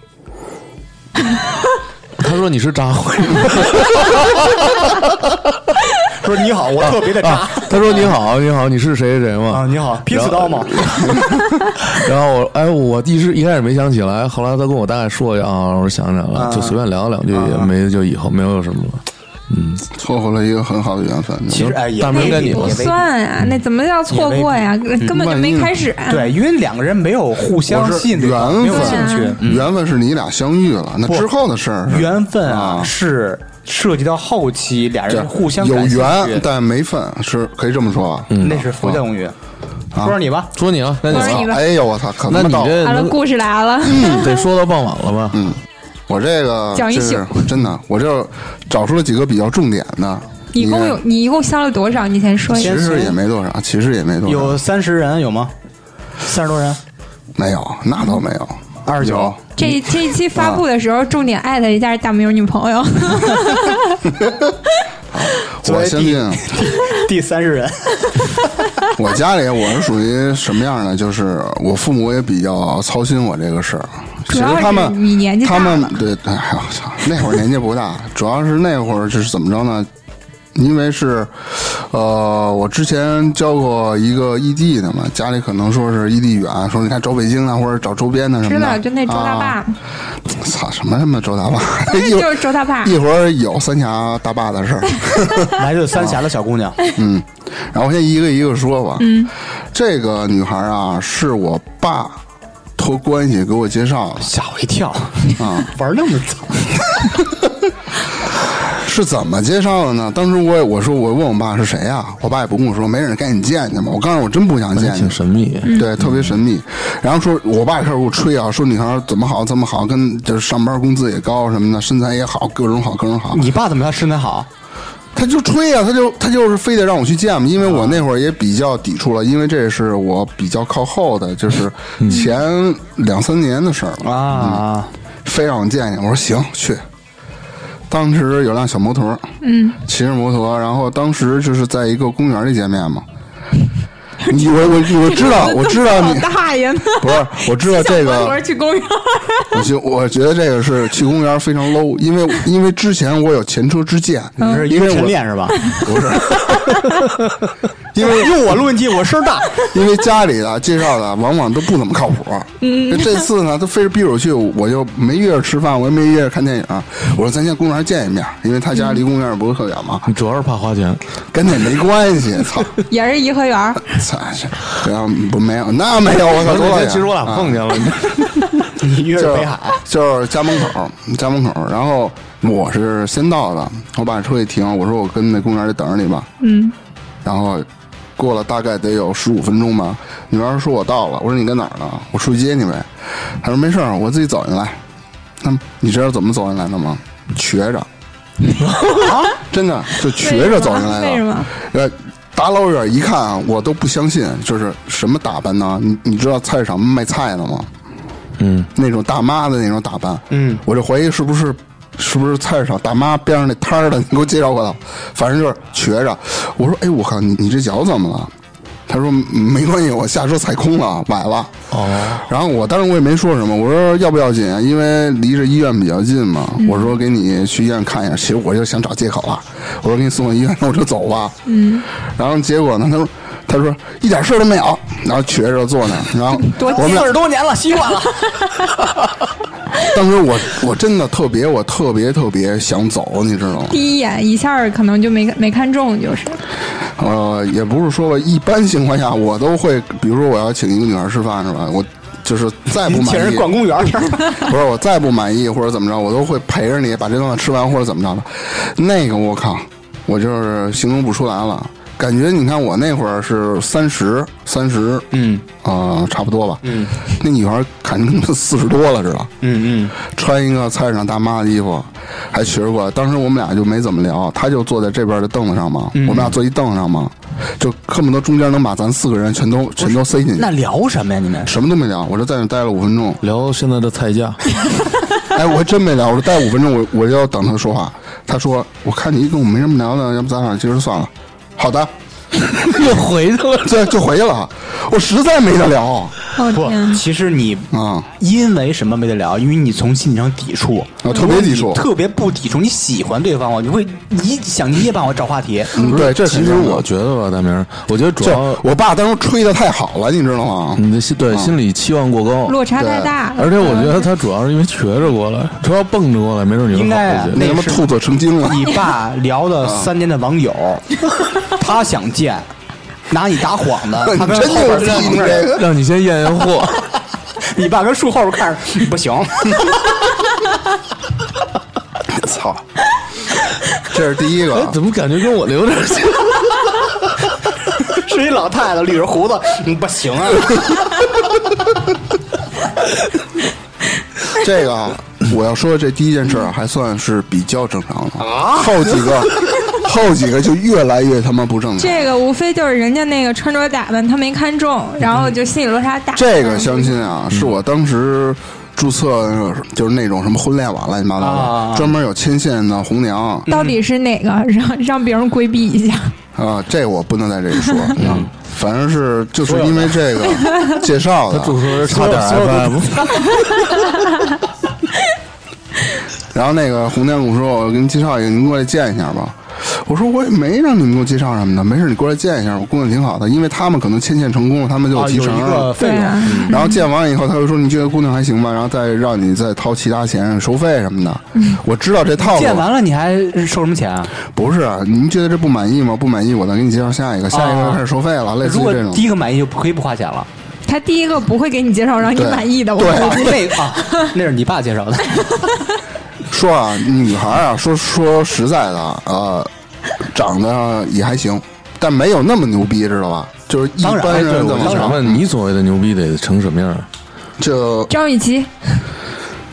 她说你是渣辉吗？说你好，啊我特别的渣她说你好，你好，你是谁谁谁啊，吗？你好，劈死刀吗？然后我哎，我一时一开始没想起来，后来她跟我大概说一下啊，我想起来了，就随便聊两句，也没就以后没有什么了。撮合了一个很好的缘分。其实哎，也大未明跟必你也吧不未必算呀，那怎么叫错过呀？根本就没开始。啊对，因为两个人没有互相我吸是引对缘方，分，没有兴趣。缘分是你俩相遇了，那之后的事儿是缘分啊，啊是涉及到后期俩对人互相有感兴趣缘，但没分，是可以这么说吧？啊嗯那是佛教用语。嗯说说你吧，说你啊，那你不是啊你吧哎呦我操，可他那嗯妈你到这好了，能故事来了。得说到傍晚了吧？嗯，我这个讲一这是真的，我这找出了几个比较重点的。一共有你一共相了多少？你先说一你看，下其。实也没多少，其实也没多少，有三十人有吗？三十多人，没有，那倒没有， 29有这这一期发布的时候，重点艾特一下大明儿女朋友。 [LAUGHS] 我相信第三十 [LAUGHS] 人。我家里我是属于什么样呢？就是我父母也比较操心我这个事儿。其主实要他是们你年纪他大们了， [LAUGHS] 对，哎呦我操，那会儿年纪不大，主要是那会儿就是怎么着呢？因为是，呃，我之前教过一个异地的嘛，家里可能说是异地远，说你看找北京啊，或者找周边的什么知的。道就那周大啊坝，操、什么他妈周大坝？对 [LAUGHS] 就是周大坝一会儿有三峡大坝的事儿。来自三峡的小姑娘，然后我先一个一个说吧。嗯，这个女孩啊，是我爸托关系给我介绍的。吓我一跳啊！玩那么早，是怎么介绍的呢？当时我也我说我问我爸是谁呀、我爸也不跟我说，没人赶紧见见吧。我告诉我真不想见挺你，神秘。对，特别神秘。然后说我爸开始给我吹啊，说女孩怎么好怎么好，跟就是上班工资也高什么的，身材也好，各种好各种好。你爸怎么样身材好？他就吹啊，他就他就是非得让我去见嘛，因为啊我那会儿也比较抵触了，因为这是我比较靠后的，就是前两三年的事儿了。嗯啊，非让我见见。我说行，去。当时有辆小摩托，嗯，骑着摩托，然后当时就是在一个公园里见面 [LAUGHS] 嘛。你我我我知道，我知道老你大爷呢，不是，我知道这我个说，去公园，我觉我觉得这个是去公园非常 low，因为因为之前我有前车之鉴，你是因为晕晨我练是吧？不是， [LAUGHS] 因为用我录问题，我声儿大。因为家里的介绍的往往都不怎么靠谱。嗯，这次呢，他非是逼着我去，我就没约着吃饭，我也没约着看电影。我说咱先公园见一面，因为他家离公园不是特远嘛，你主要是怕花钱，跟那没关系。操，也是颐和园，操，不要不没有那没有，我操，多老远其实我俩碰啊见了， [LAUGHS] 你约就着是北海， [LAUGHS] 就是家门口，家门口，然后我是先到的，我把车一停，我说我跟那公园里等着你吧，嗯，然后过了大概得有十五分钟吧，女孩说我到了，我说你在哪儿呢？我出去接你呗。她说没事儿，我自己走进来。那你知道怎么走进来的吗？瘸着， [LAUGHS] 真的就瘸着走进来的。为什么？呃，打老远一看啊，我都不相信，就是什么打扮呢？你你知道菜市场卖菜的吗？嗯，那种大妈的那种打扮，嗯，我就怀疑是不是是不是菜市场大妈边上那摊儿的，你给我介绍过来，反正就是瘸着。我说，哎，我靠，你你这脚怎么了？他说没关系，我下车踩空了，崴了。哦，然后我当时我也没说什么，我说要不要紧啊？因为离着医院比较近嘛。我说给你去医院看一下，其实我就想找借口了。我说给你送到医院，那我就走吧。嗯。然后结果呢？他说他说一点事儿都没有，然后瘸着坐那儿，然 [LAUGHS] 后 [LAUGHS] 我们俩四十多年了，习惯 [LAUGHS] 了。当时我我真的特别我特别特别想走，你知道吗？第一眼一下儿可能就没没看中，就是呃，也不是说吧，一般情况下我都会，比如说我要请一个女孩吃饭是吧？我就是再不你满请人意，逛公园去， [LAUGHS] 不是我再不满意或者怎么着，我都会陪着你把这顿饭吃完或者怎么着的。那个我靠，我就是形容不出来了，感觉你看我那会儿是三十三十，嗯啊、差不多吧，嗯，那女孩感觉跟他四十多了似的，嗯嗯，穿一个菜市场大妈的衣服，还瘸着过来。当时我们俩就没怎么聊，他就坐在这边的凳子上嘛，嗯我们俩坐一凳子上嘛，就恨不得中间能把咱四个人全都全都塞进去那。聊什么呀？你们什么都没聊，我就在那待了五分钟。聊现在的菜 [LAUGHS] 价， [LAUGHS] 哎，我还真没聊，我待五分钟，我我就要等他说话。他说：“我看你跟我没什么聊的，要不咱俩今儿算了。”好的， [LAUGHS] 又回去了。这就回去了。我实在没得聊啊、哦不天，，其实你嗯因为什么没得聊？因为你从心理上抵触，我特别抵触你特别不抵触。你喜欢对方，你会你想你也帮我找话题。嗯对，这其实我觉得吧，大明，我觉得主这要嗯我爸当时吹的太好了，你知道吗？你的心对心理期望过高，落差太大，嗯而且我觉得他主要是因为瘸着过来，他要蹦着过来，没准你应会该好啊一些。那他妈是吐嘴成精了。你爸聊了三年的网友，他想见，拿你打幌 [LAUGHS] 子，他跟 [LAUGHS] 真后边儿牛逼！看你着这个让你先验验货， [LAUGHS] 你爸跟树后边看着，不 [LAUGHS] 行，操， [LAUGHS] 这是第一哎 [LAUGHS] 个，啊怎么感觉跟我的有点像？是一老太太捋着胡子，嗯不行 [LAUGHS] 啊，这个啊我要说这第一件事儿啊还算是比较正常的，后几个后几个就越来越他妈不正常。这个无非就是人家那个穿着打扮他没看中，然后就心理落差大。这个相亲啊，是我当时注册就是那种什么婚恋网乱七八糟啊的，专门有牵线的红娘嗯到底是哪个让让别人规避一下？啊，这我不能在这里说啊。反正是就是因为这个介绍 [LAUGHS] 的，主 [LAUGHS] 持人差点所有的 FM，然后那个红娘跟我说：“我给你介绍一个，您过来见一下吧。”我说我也没让你们给我介绍什么的，没事，你过来见一下，我工作挺好的，因为他们可能牵线成功了，他们就啊，提有成一了个。费对用，啊，然后见完以后，他就说：“你觉得姑娘还行吧？”然后再让你再掏其他钱收费什么的。我知道这套路。见完了你还收什么钱啊？不是，您觉得这不满意吗？不满意，我再给你介绍下一个，下一个啊开始收费了，类似如于果这种第。一个满意就可以不花钱了。他第一个不会给你介绍让你对满意的，我对告啊诉你那个啊，那是你爸介绍 [LAUGHS] 的。说啊，女孩啊，说说实在的啊，呃，长得也还行，但没有那么牛逼，知道吧？就是一当然般对人我怎么我当然想着问你所谓的牛逼得成什么样？就张雨绮，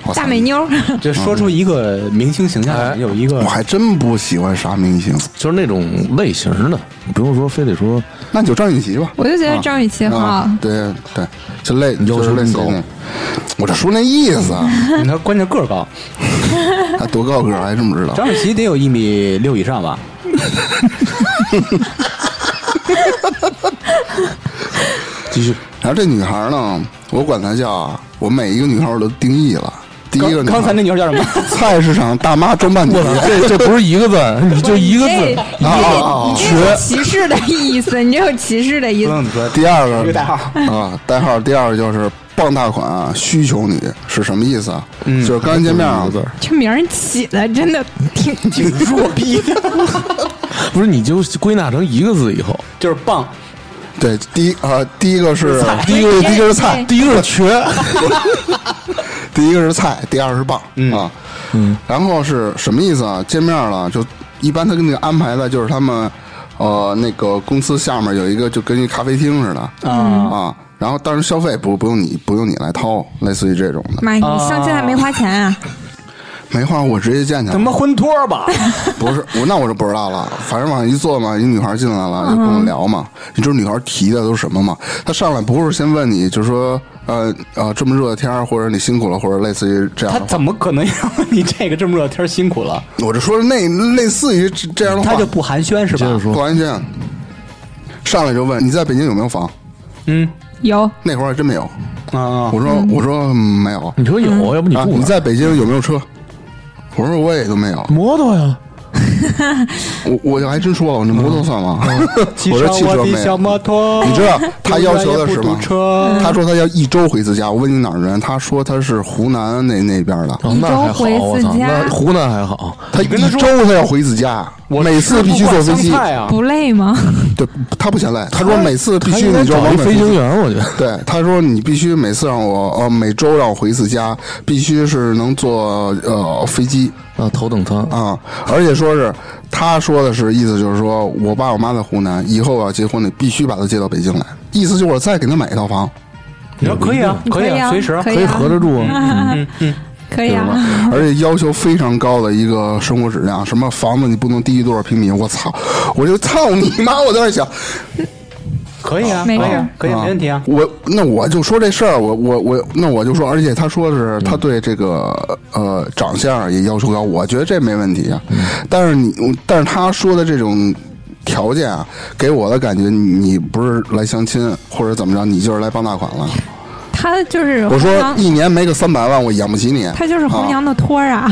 我操大美妞， [LAUGHS] 就说出一个明星形象，哎嗯有一个我还真不喜欢啥明星，就是那种类型的，不用说非得说那你就张雨绮吧。我就觉得张雨绮好啊，。对对，就类你就又是是类似狗于那，我就说那意 [LAUGHS] 思啊，他关键个儿高，还多高个儿还真不知道。张雨绮得有一米六以上吧？继续，然后这女孩呢，我管她叫啊，我每一个女孩我都定义了，第一个刚女刚才孩那妞 [LAUGHS] 叫什么？菜市场大妈装扮女孩。这这不是一个字，你就一个你这字，你啊这啊啊有你这有歧视的意思，你这有歧视的意思。嗯么说第二个一个代号啊，代号第二个就是傍大款、啊、需求女是什么意思啊？嗯就是刚才见面啊，这名儿起的真的 [LAUGHS] 挺挺 [LAUGHS] 弱逼 [LAUGHS] 的，不是你就归纳成一个字以后，就是棒。对，第一啊，第一个是菜第一个第一个是菜哎，第一个是瘸，第一个是菜，第二是棒嗯啊，嗯，然后是什么意思啊？见面了就一般他跟那个安排的就是他们呃那个公司下面有一个就跟一咖啡厅似的啊，然后但是消费不不用你不用你来掏，类似于这种的，妈，你相亲还没花钱啊？没话我直接见去他了。妈婚托 [LAUGHS] 吧？不是我，那我就不知道了。反正往上一坐嘛，一女孩进来了，嗯就跟我聊嘛。你知道女孩提的都是什么吗？她上来不是先问你，就说呃呃这么热的天儿，或者你辛苦了，或者类似于这样他的话。怎么可能让你这个这么热天辛苦了？我就说那类似于这这样的话，他就不寒暄是吧？着说不安全。啊上来就问你在北京有没有房？嗯 [LAUGHS] 有，那会儿还真没有。啊我，说、我说、嗯没有。你说有，要不你啊，不你管在北京有没有车？我说我也都没有。摩托呀，我我就还真说了，我那摩托算吗？ [LAUGHS] 骑我说上汽车我没的小有。摩托，你知道他要求的是永远也不吗堵？车，他说他要一周回次家。我问你哪儿人，他说他是湖南那那边的。哦那还好，一周回我自操，家那湖南还好，他一周他要回次家，我每次必须坐飞吃机嗯不。惯香菜啊，不累吗？对，他不嫌累，他说每次必须他应该你就找往一北飞京行员，我觉得。对，他说你必须每次让我呃每周让我回一次家，必须是能坐呃飞机啊，头等舱，啊，而且说是他说的是意思就是说我爸我妈在湖南，以后我要结婚你必须把他接到北京来，意思就是我再给他买一套房，你说可以啊，可以啊，啊，随时可可以啊嗯合着住啊，可以对吧啊。？ [LAUGHS] 而且要求非常高的一个生活质量，什么房子你不能低于多少平米，我操，我就操你妈！我在那想，可以啊，可没以事啊，可以啊，啊没问题啊。我那我就说这事儿，我我我那我就说，而且他说的是他对这个呃长相也要求高，我觉得这没问题嗯啊。但是你，但是他说的这种条件啊，给我的感觉，你你不是来相亲或者怎么着，你就是来傍大款了。他就是我说红娘，一年没个三百万，我养不起你。他就是红娘的托儿啊。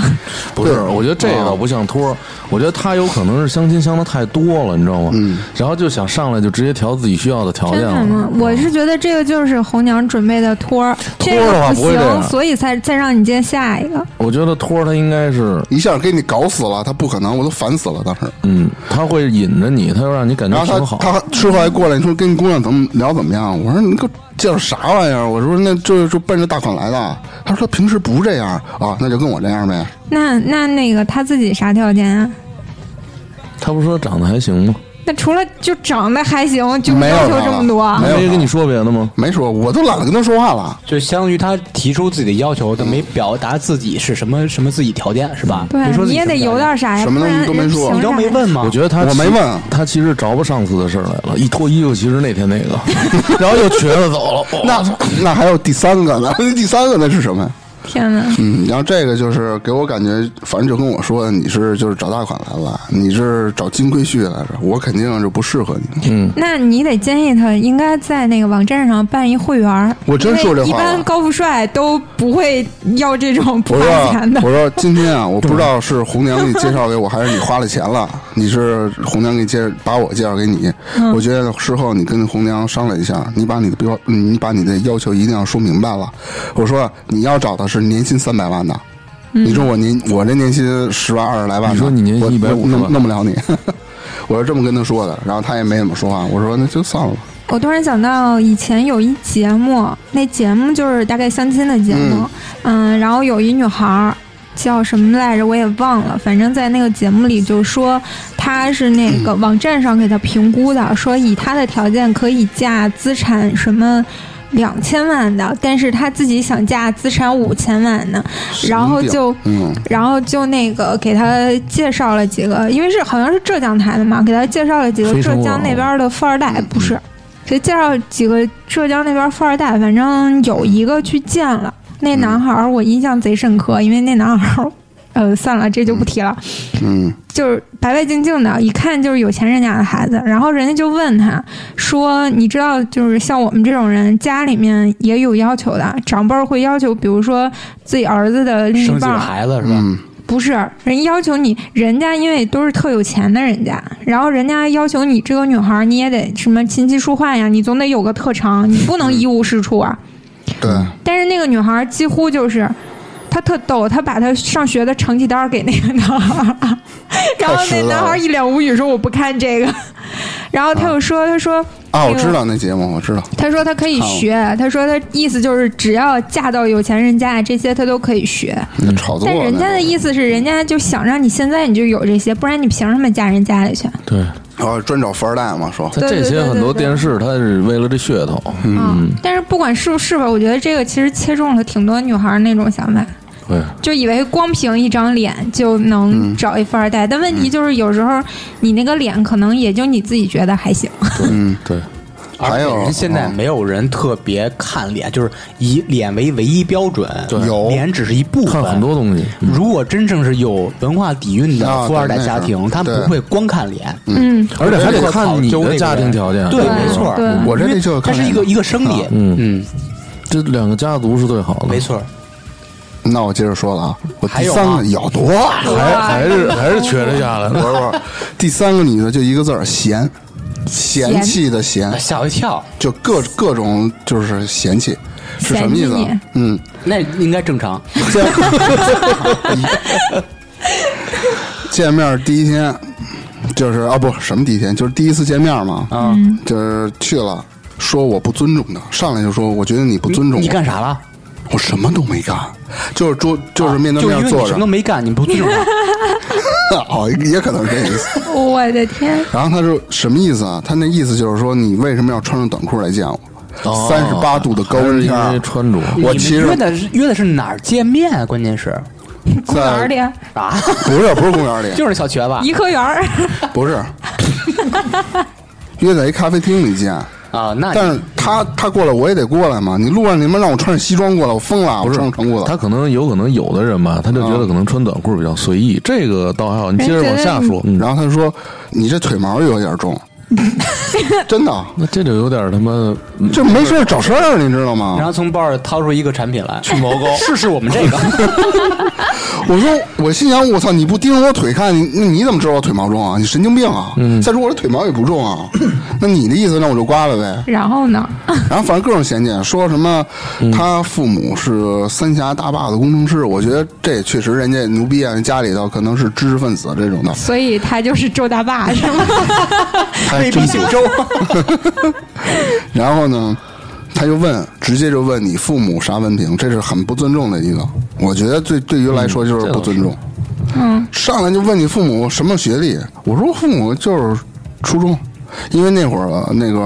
不是，啊对我觉得这个倒不像托儿，我觉得他有可能是相亲相的太多了，你知道吗？然后就想上来就直接调自己需要的条真件的吗了。？我是觉得这个就是红娘准备的托儿，嗯托这儿的个话不不会这行，样所以才再让你接下一个。我觉得托儿他应该是，一下给你搞死了，他不可能，我都烦死了当时。嗯，他会引着你，他又让你感然觉挺后他好。他吃后来过来，你说跟姑娘怎么聊怎么样？我说你给我介绍啥玩意儿？我说那就就奔着大款来的。他说他平时不这样啊，那就跟我这样呗。那那那个他自己啥条件啊？他不是说长得还行吗？那除了就长得还行，就没有要求这么多，没有没跟你说别的吗？没说，我都懒得跟他说话了。就相当于他提出自己的要求，但没表达自己是什么什么自己条件，是吧？对啊没，说自你己也得什么有条件，点啥呀，什么不东西然都没人说凭你都啥啊没呀问吗？我觉得他我其没问他其实着不上次的事儿来了，一脱衣服，其实那天那 [LAUGHS] 个，然后又瘸子走了。 [LAUGHS] 那那还有第三个呢？第三个那是什么呀？天哪！嗯，然后这个就是给我感觉，反正就跟我说的，你是就是找大款来了，你是找金龟婿来着，我肯定就不适合你。嗯，那你得建议他应该在那个网站上办一会员儿。我真说这话因为一般高富帅都不会要这种不我花说钱的我。说今天 [LAUGHS] 啊，我不知道是红娘给你介绍给我，还是你花了钱了，你是红娘给你介把我介绍给你。嗯我觉得事后你跟红娘商量一下，你把你的标，你把你的要求一定要说明白了。我说你要找的是年薪三百万的。你说我年我这年薪十万二十来嗯万的，你说你年薪我150我弄万弄不了你， [LAUGHS] 我是这么跟他说的，然后他也没怎么说话，我说那就算了吧。我突然想到以前有一节目，那节目就是大概相亲的节目，嗯然后有一女孩儿叫什么来着，我也忘了，反正在那个节目里就说她是那个网站上给她评估的，说以她的条件可以嫁资产什么。两千万的，但是她自己想嫁资产五千万的，然后就嗯，然后就那个给他介绍了几个，因为是好像是浙江台的嘛，给他介绍了几个非诚浙勿扰江那边的富二代，不是，给介绍几个浙江那边富二代，反正有一个去见了那男孩，儿，我印象贼深刻，因为那男孩，儿，呃，算了，这就不提了，嗯，就是白白净净的，一看就是有钱人家的孩子。然后人家就问他说：“你知道，就是像我们这种人，家里面也有要求的，长辈儿会要求，比如说自己儿子的另生一几个半。”孩子是吧？嗯，不是，人要求你，人家因为都是特有钱的人家，然后人家要求你这个女孩儿，你也得什么琴棋书画呀，你总得有个特长，你啊不能一无是处啊。对，嗯但是那个女孩儿几乎就是，她特逗，她把她上学的成绩单儿给那个男孩儿，然后那男孩儿一脸无语说我不看这个， [LAUGHS] 然后他又说，他说。啊，我那个知道那节目，我知道，他说他可以学，他说他意思就是只要嫁到有钱人家，这些他都可以学。嗯那炒作但那个，人家的意思是，人家就想让你现在你就有这些，不然你凭什么嫁人家里去？啊对，然后哦专找富二代嘛，说他这些很多电视，他是为了这噱头，嗯，但是不管是不是吧，我觉得这个其实切中了挺多女孩儿那种想法，对，就以为光凭一张脸就嗯能找一富二代，但问题就是有时候你那个脸可能也就你自己觉得还行。嗯，对，还有而且人现在嗯没有人特别看脸，就是以脸为唯一标准，有脸只是一部分。看很多东西，嗯如果真正是有文化底蕴啊的富二代对那家是庭，他们对不会光看脸， [LAUGHS] 嗯，而且还得看你考究那的个家庭条件，对，对没错对，我这因为里就有它看是一脸个的一个生理啊，嗯嗯，这两个家族是最好的，没错。嗯那我接着说了啊，我还第有三吗个有多啊，还还是还是瘸着下来 [LAUGHS] 不是不是，第三个女的就一个字儿闲，嫌弃的嫌哎啊，吓我一跳，就各各种就是嫌弃，是什么意思嫌弃你啊？嗯，那应该正常。见面第一天就是啊不什么第一天，就是第一次见面嘛，啊，嗯就是去了。说我不尊重他，上来就说我觉得你不 [LAUGHS] 尊重你我，干啥了？我什么都没干，就是桌就是面啊对就因为面你坐什着么都，没干，你不尊重啊他。 [LAUGHS] 哦，也可能是这意思。我的天，然后他说什么意思啊？他那意思就是说，你为什么要穿着短裤来见我？哦三十八度的高温天还是因儿为，穿着我你们其实约的是约的是哪儿见面啊？关键是公园儿 [LAUGHS] 里啊，不是不是公 [LAUGHS] 园里，就是小瘸子颐和园儿， [LAUGHS] 不是 [LAUGHS] 约在一咖啡厅里见。啊。那但是他他过来我也得过来嘛，你路上你们让我穿着西装过来，我疯了，我不是穿长裤子。他可能有可能有的人吧，他就觉得可能穿短裤比较随意，这个倒还好。你接着往下说，嗯然后他说你这腿毛有点 [LAUGHS] 重，真的，那这就有点他妈嗯这没事找事儿，啊你知道吗然？后从包里掏出一个产品来，去毛膏，试试我们 [LAUGHS] 这个。我说，我心想，我操，你不盯着我腿看，你那你怎么知道我腿毛重啊？你神经病啊！再说我这腿毛也不重啊，那你的意思让我就刮了呗。然后呢？然后反正各种嫌弃，说什么他父母是三峡大坝的工程师，我觉得这也确实人家牛逼啊，人家里头可能是知识分子这种的，所以他就是周大爸是吗？ [LAUGHS] 他还真姓周。 [LAUGHS] 然后呢，他就问，直接就问你父母啥文凭，这是很不尊重的一个。我觉得对对于来说就是不尊重。嗯，上来就问你父母什么学历，我说我父母就是初中，因为那会儿那个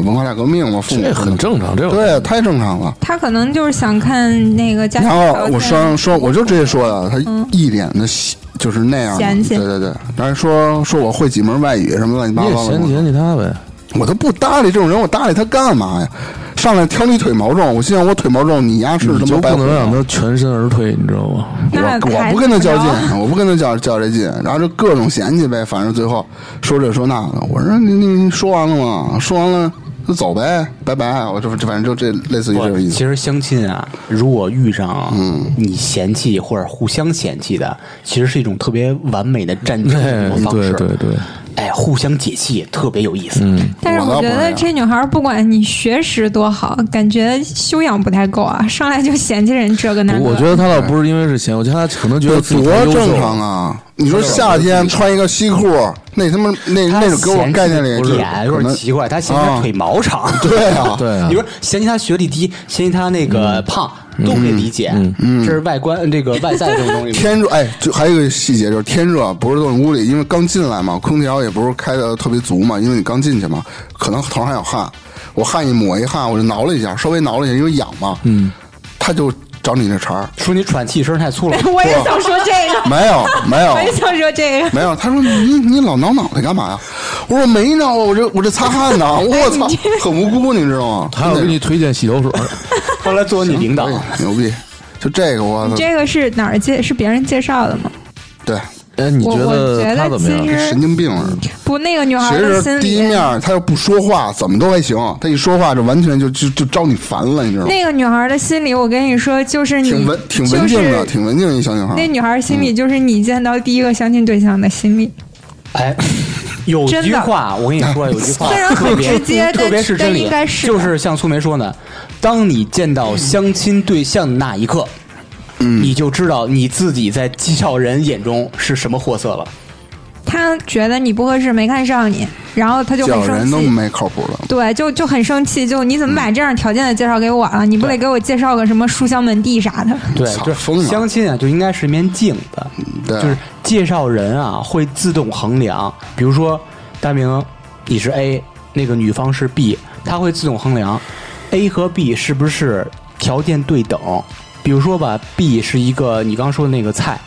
文化大革命嘛，父母这很正常，这种对，太正常了。他可能就是想看那个家庭然条件。后我说说，我就直接说的，他嗯一脸的喜就是那样的，嫌弃对对对。然后说说我会几门外语什么乱七八你也糟的，嫌我嫌弃他呗，我都不搭理这种人，我搭理他干嘛呀？上来挑你腿毛重，我心想我腿毛重，你丫是你他就妈白不胡能让子他全身而退，你知道吗？那我我还不跟他较怎么着劲，我不跟他较较这劲，然后就各种嫌弃呗，反正最后说这说那的。我说你你你说完了吗？说完了就走呗，拜拜。我这反正就这类似于这不个意其思。嗯实相亲啊，如果遇上啊你嫌弃或者互相嫌弃的，其实是一种特别完美的战争哎的一种方对式。对对，哎，互相解气特别有意思。但是我倒我觉不那得样这女孩儿不管你学识多好，感觉修养不太够啊，上来就嫌弃人这个那不个。我觉得他倒不是因为是嫌，我觉得他可能觉得自己太优秀多正常啊！你说夏天穿一个西裤，那他妈那他那种给我概念里嫌弃的点有可点能奇怪，他嫌弃他啊腿毛长。 [LAUGHS] 对 [LAUGHS] 啊，对啊你，说嫌弃他学历低，嫌弃他那嗯个胖，都可以理解，这是外观这个外在这种东西。嗯 [LAUGHS] 天热，哎，就还有一个细节就是天热，啊不是冻屋里，因为刚进来嘛，空调也不是开的特别足嘛，因为你刚进去嘛，可能头上还有汗，我汗一抹一汗，我就挠了一下，稍微挠了一下，因为痒嘛，嗯，他就找你那茬儿，说你喘气声太粗 [LAUGHS] 了， [LAUGHS] 我也想说这个，没有没有我也想说这个。没有，他说你你老挠脑袋干嘛呀？我说没挠，啊我这我这擦汗呢，我操，很无辜，哎你知道吗？还有给你推荐洗头水， [LAUGHS] 后来作为你领导真，的可以哎牛逼，就这个我操，这个是哪儿介？是别人介绍的吗？对哎，你我觉我觉得他得怎么其样？实神经病似的。不，那个女孩其儿的啊心实理，第一面儿他要不说话，怎么都还行。他一说话，就完全就就就招你烦了，你知道吗？那个女孩儿的心理，我跟你说，就是你挺文挺文静的，就是挺嗯文静的一小女孩那儿。女孩儿心理就是你见到第一个相亲对象的心理， [LAUGHS] 哎，有真的句话我跟你说，有句话 [LAUGHS] 虽然特很别直接特别是但真理但应该，是的就是像苏梅说呢，当你见到相亲对象的那一刻，嗯你就知道你自己在介绍人眼中是什么货色了。她觉得你不合适，没看上你，然后她就叫很生人都气。没靠谱的，对，就就很生气，就你怎嗯么把这样条件的介绍给我了？你不得给我介绍个什么书香门第啥的？对，操就疯是了相亲啊，就应该是一面镜子，对就是介绍人啊会自动衡量，比如说大明你是 A，那个女方是 B，他会自动衡量 A 和 B 是不是条件对等。比如说吧，B 是一个你刚说的那个菜，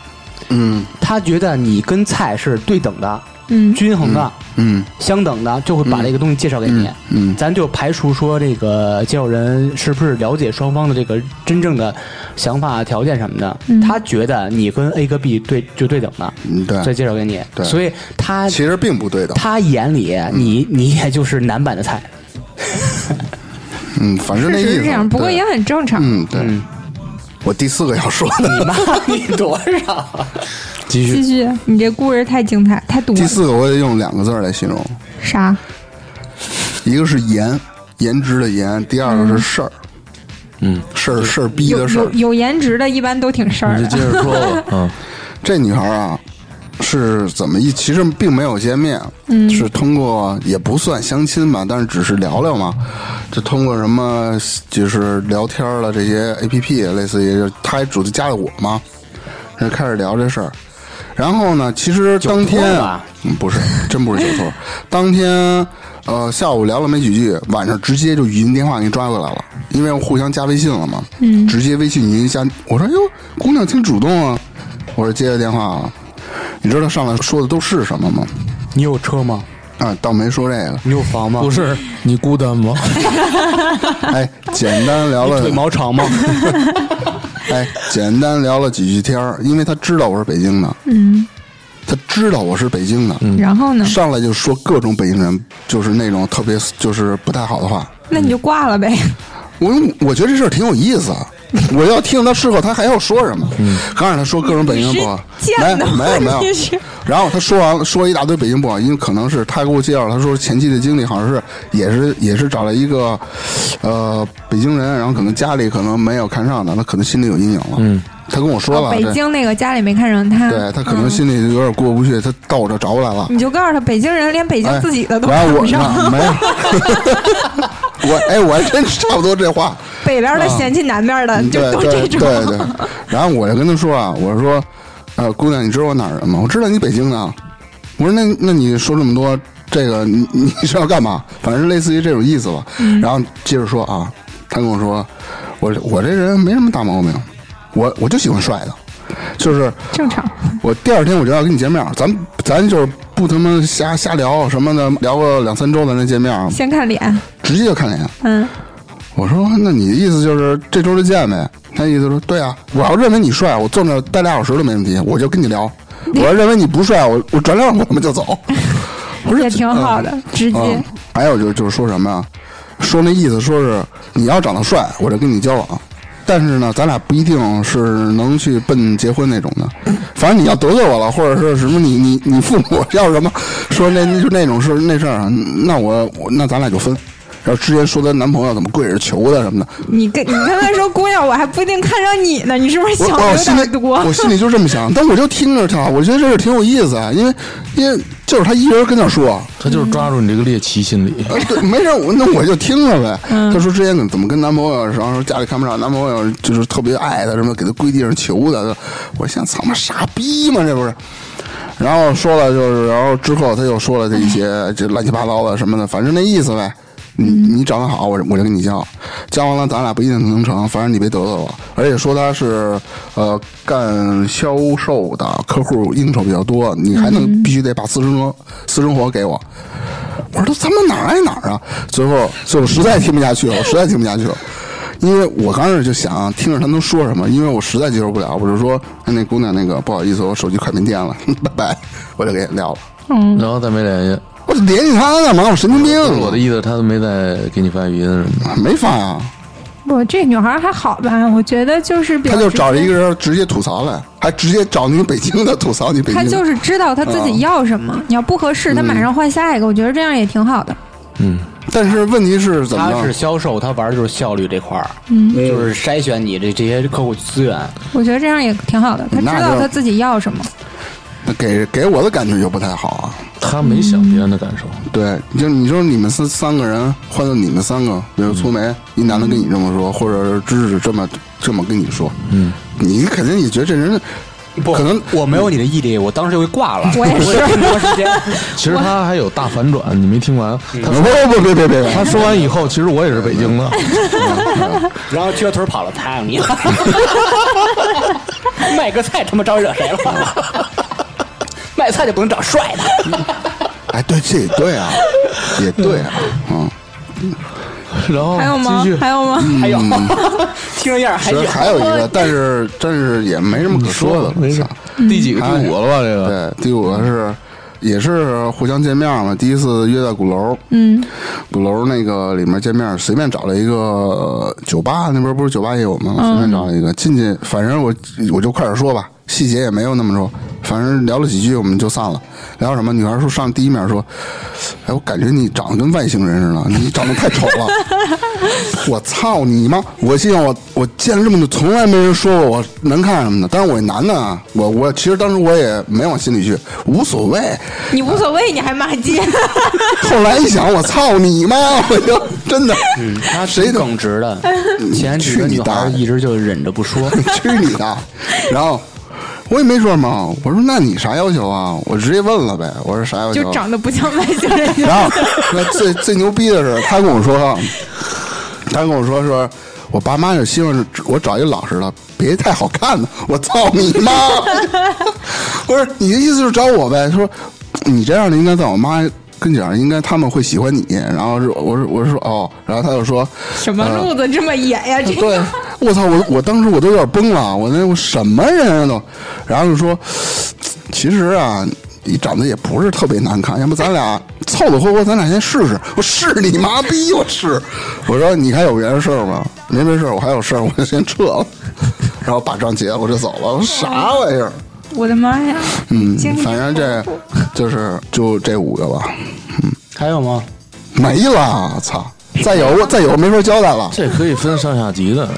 嗯他觉得你跟菜是对等的、嗯，均衡的、嗯相等的，就会把这个东西介绍给你。嗯，咱就排除说这个介绍人是不是了解双方的这个真正的想法、条件什么的，嗯他觉得你跟 A 跟 B 对就对等的，嗯所以对，介绍给你。对所以他其实嗯并不对的。他眼里你你也就是男版的 [LAUGHS] 菜。嗯，反正事那意实思。是这样，不过对也很正常。嗯，对嗯。我第四个要说的，嗯你妈逼多少啊？继续继续，你这故事太精彩，太毒第了。四个我得用两个字儿来形容，啥？一个是颜，颜值的颜；第二个是事儿，嗯，事儿事儿逼有的事儿有。有颜值的，一般都挺事儿你就接的。着说 [LAUGHS] 吧，嗯，这女孩啊，是怎么一？其实并没有见面，嗯是通过也不算相亲吧，但是只是聊聊嘛，就通过什么就是聊天儿啊了这些 A P P，类似于她还主动加了我嘛，就呃开始聊这事儿。然后呢，其实当酒天托吧嗯不是，真不是酒托，当天。呃，下午聊了没几句，晚上直接就语音电话给你抓过来了，因为互相加微信了嘛，嗯，直接微信语音加。我说哟，姑娘挺主动啊，我说接了电话了，你知道上来说的都是什么吗？你有车吗？啊，倒没说这个，你有房吗？不是你孤单 [LAUGHS] 吗？哎，简单聊你了腿，毛长吗？ [LAUGHS] 哎，简单聊了几句天儿，因为他知道我是北京的，嗯，他知道我是北京的，嗯然后呢？上来就说各种北京人，就是那种特别就是不太好的话，那你就挂了呗。我我觉得这事儿挺有意思 [LAUGHS] 啊，我要听他事后他还要说什么。刚让他说各种北京不好，嗯你是没贱的没有没你有是。然后他说完了，说一大堆北京不好，因为可能是他给我介绍，他说前期的经历好像是也是也是找了一个呃北京人，然后可能家里可能没有看上的，他可能心里有阴影了。嗯，他跟我说了，哦北这京那个家里没看上他，对他可能嗯心里有点过不去，他到我这找我来了。你就告诉他，北京人连北京自己的都看哎然后不我上，[LAUGHS] 那没有。我哎，我还真是差不多这话。北边的嫌弃南边的，嗯就啊嗯对都对这对种。对。然后我就跟他说啊，我说，呃，姑娘，你知道我哪儿人吗？我知道你北京的。啊我说那那你说这么多，这个你你你是要干嘛？反正类似于这种意思吧。嗯然后接着说啊，他跟我说，我我这人没什么大毛病，我我就喜欢帅的，就是正常，我第二天我就要跟你见面，咱咱就是不他妈瞎瞎聊什么的，聊个两三周咱再见面，先看脸，直接就看脸。嗯，我我说那你的意思就是这周就见呗？他意思说对啊，我要认为你帅，我坐那儿待俩小时都没问题，我就跟你聊。我要认为你不帅，我我转脸我他妈就走。 [LAUGHS] 不是也挺好的，直接、嗯，还有就是就是说什么呀？说那意思说是你要长得帅，我就跟你交往。但是呢，咱俩不一定是能去奔结婚那种的。反正你要得罪我了，或者是什么你你你父母要什么说那那就那种事那事儿啊，那我我那咱俩就分。然后之前说她男朋友怎么跪着求的什么的，你跟你刚才说姑娘，我还不一定看上你呢，你是不是我想的我有心点里多？我心里就这么想，但我就听着她，我觉得这事儿挺有意思啊，因为因为就是她一个人跟那说，他就是抓住你这个猎奇心理。呃，对，没事，我那我就听着呗。她说之前怎么跟男朋友，然后说家里看不上，男朋友就是特别爱她，什么给她跪地上求的。我想，操妈傻逼嘛，这不是？然后说了就是，然后之后她又说了这一些这乱七八糟的什么的，反正那意思呗。你你长得好，我我就跟你交，交完了咱俩不一定能成，反正你别得罪我。而且说她是呃干销售的，客户应酬比较多，你还能必须得把私生活私生活给我。我说都他妈哪儿挨哪儿啊！最后，最后实在听不下去了，我实在听不下去了，因为我刚开始就想听着他能说什么，因为我实在接受不了，我就说哎那姑娘那个不好意思，我手机快没电了， [LAUGHS] 拜拜，我就给撂了。嗯然后再没联系。我联系他干嘛？我神经病！不是我的意思，他都没再给你发语音什么的。没法啊，我这女孩还好吧？我觉得就是比较他就直找了接一个人直接吐槽来，还直接找你北京的吐槽你北京他的。啊嗯就是知道他自己要什么，你要不合适，他马上换下一个。我觉得这样也挺好的。但是问题是怎么嗯他是着？销售，他玩的就是效率这块儿，就是筛选你这这些客户资源。我觉得这样也挺好的，他知那道就他自己要什么。那给给我的感觉就不太好啊。他没想别人的感受，嗯对，你就你说你们三三个人，换做你们三个，比如苏梅，一男的跟你这么说，或者是芝芝这么这么跟你说，嗯，你肯定你觉得这人不可能我没有你的毅力，我当时就会挂了。我也是这么长时间，其实他还有大反转，你没听完。不嗯哦不不别别别，他说完以后，其实我也是北京 [LAUGHS] 的。 [LAUGHS] 然后撅腿跑了，太你 [LAUGHS] 了！卖个菜他妈招惹谁 [LAUGHS] 了？卖菜就不能找帅的。哎，对，这也对啊，也对 [LAUGHS] 啊，嗯，然后还有吗哦继续？还有吗？还有，哎听着样儿还其实有，还有一个，但是但是也没什么可你说的，吧没事操。第几个？哎第五了吧？这个对，第五个是也是互相见面嘛，第一次约在鼓楼，嗯，鼓楼那个里面见面，随便找了一个呃酒吧，那边不是酒吧也有吗？随便找了一个进去，反正我我就快点说吧，细节也没有那么说，反正聊了几句我们就散了。聊什么？女孩说上第一面说，哎，我感觉你长得跟外星人似的，你长得太丑了。 [LAUGHS] 我操你妈！我心想我我见了这么多，从来没人说过我难看什么的。但是我男的啊，我我其实当时我也没往心里去，无所谓。你无所谓，你还骂街， [LAUGHS] 后来一想，我操你妈！我就真的，他谁都耿直的。前几嗯去个你女孩大儿爷一直就忍着不 [LAUGHS] 说。去你的！然后我也没说嘛，我说那你啥要求啊？我直接问了呗，我说啥要求？就长得不像外星人。然后那最最牛逼的是，他跟我说，他跟我说说，我爸妈就希望是我找一个老实的，别太好看的。我操你妈！ [LAUGHS] 不是你的意思就是找我呗？说你这样的应该在我妈跟前儿，应该他们会喜欢你。然后是我说我说哦，然后他就说什么路啊子这么野呀？这 [LAUGHS] 对，我操，我我当时我都有点崩了，我那我什么人啊都，然后就说，其实啊，你长得也不是特别难看，要不咱俩凑凑合合，咱俩先试试。我试你妈逼，我试。我说你还有别的事儿吗？没别的事儿，我还有事儿，我就先撤了。然后把账结了，我就走了。我说啥玩意儿？我的妈呀！嗯经，历反正这就是就这五个吧，还有吗？没了，操！再有我再有没法交代了，这可以分上下级的。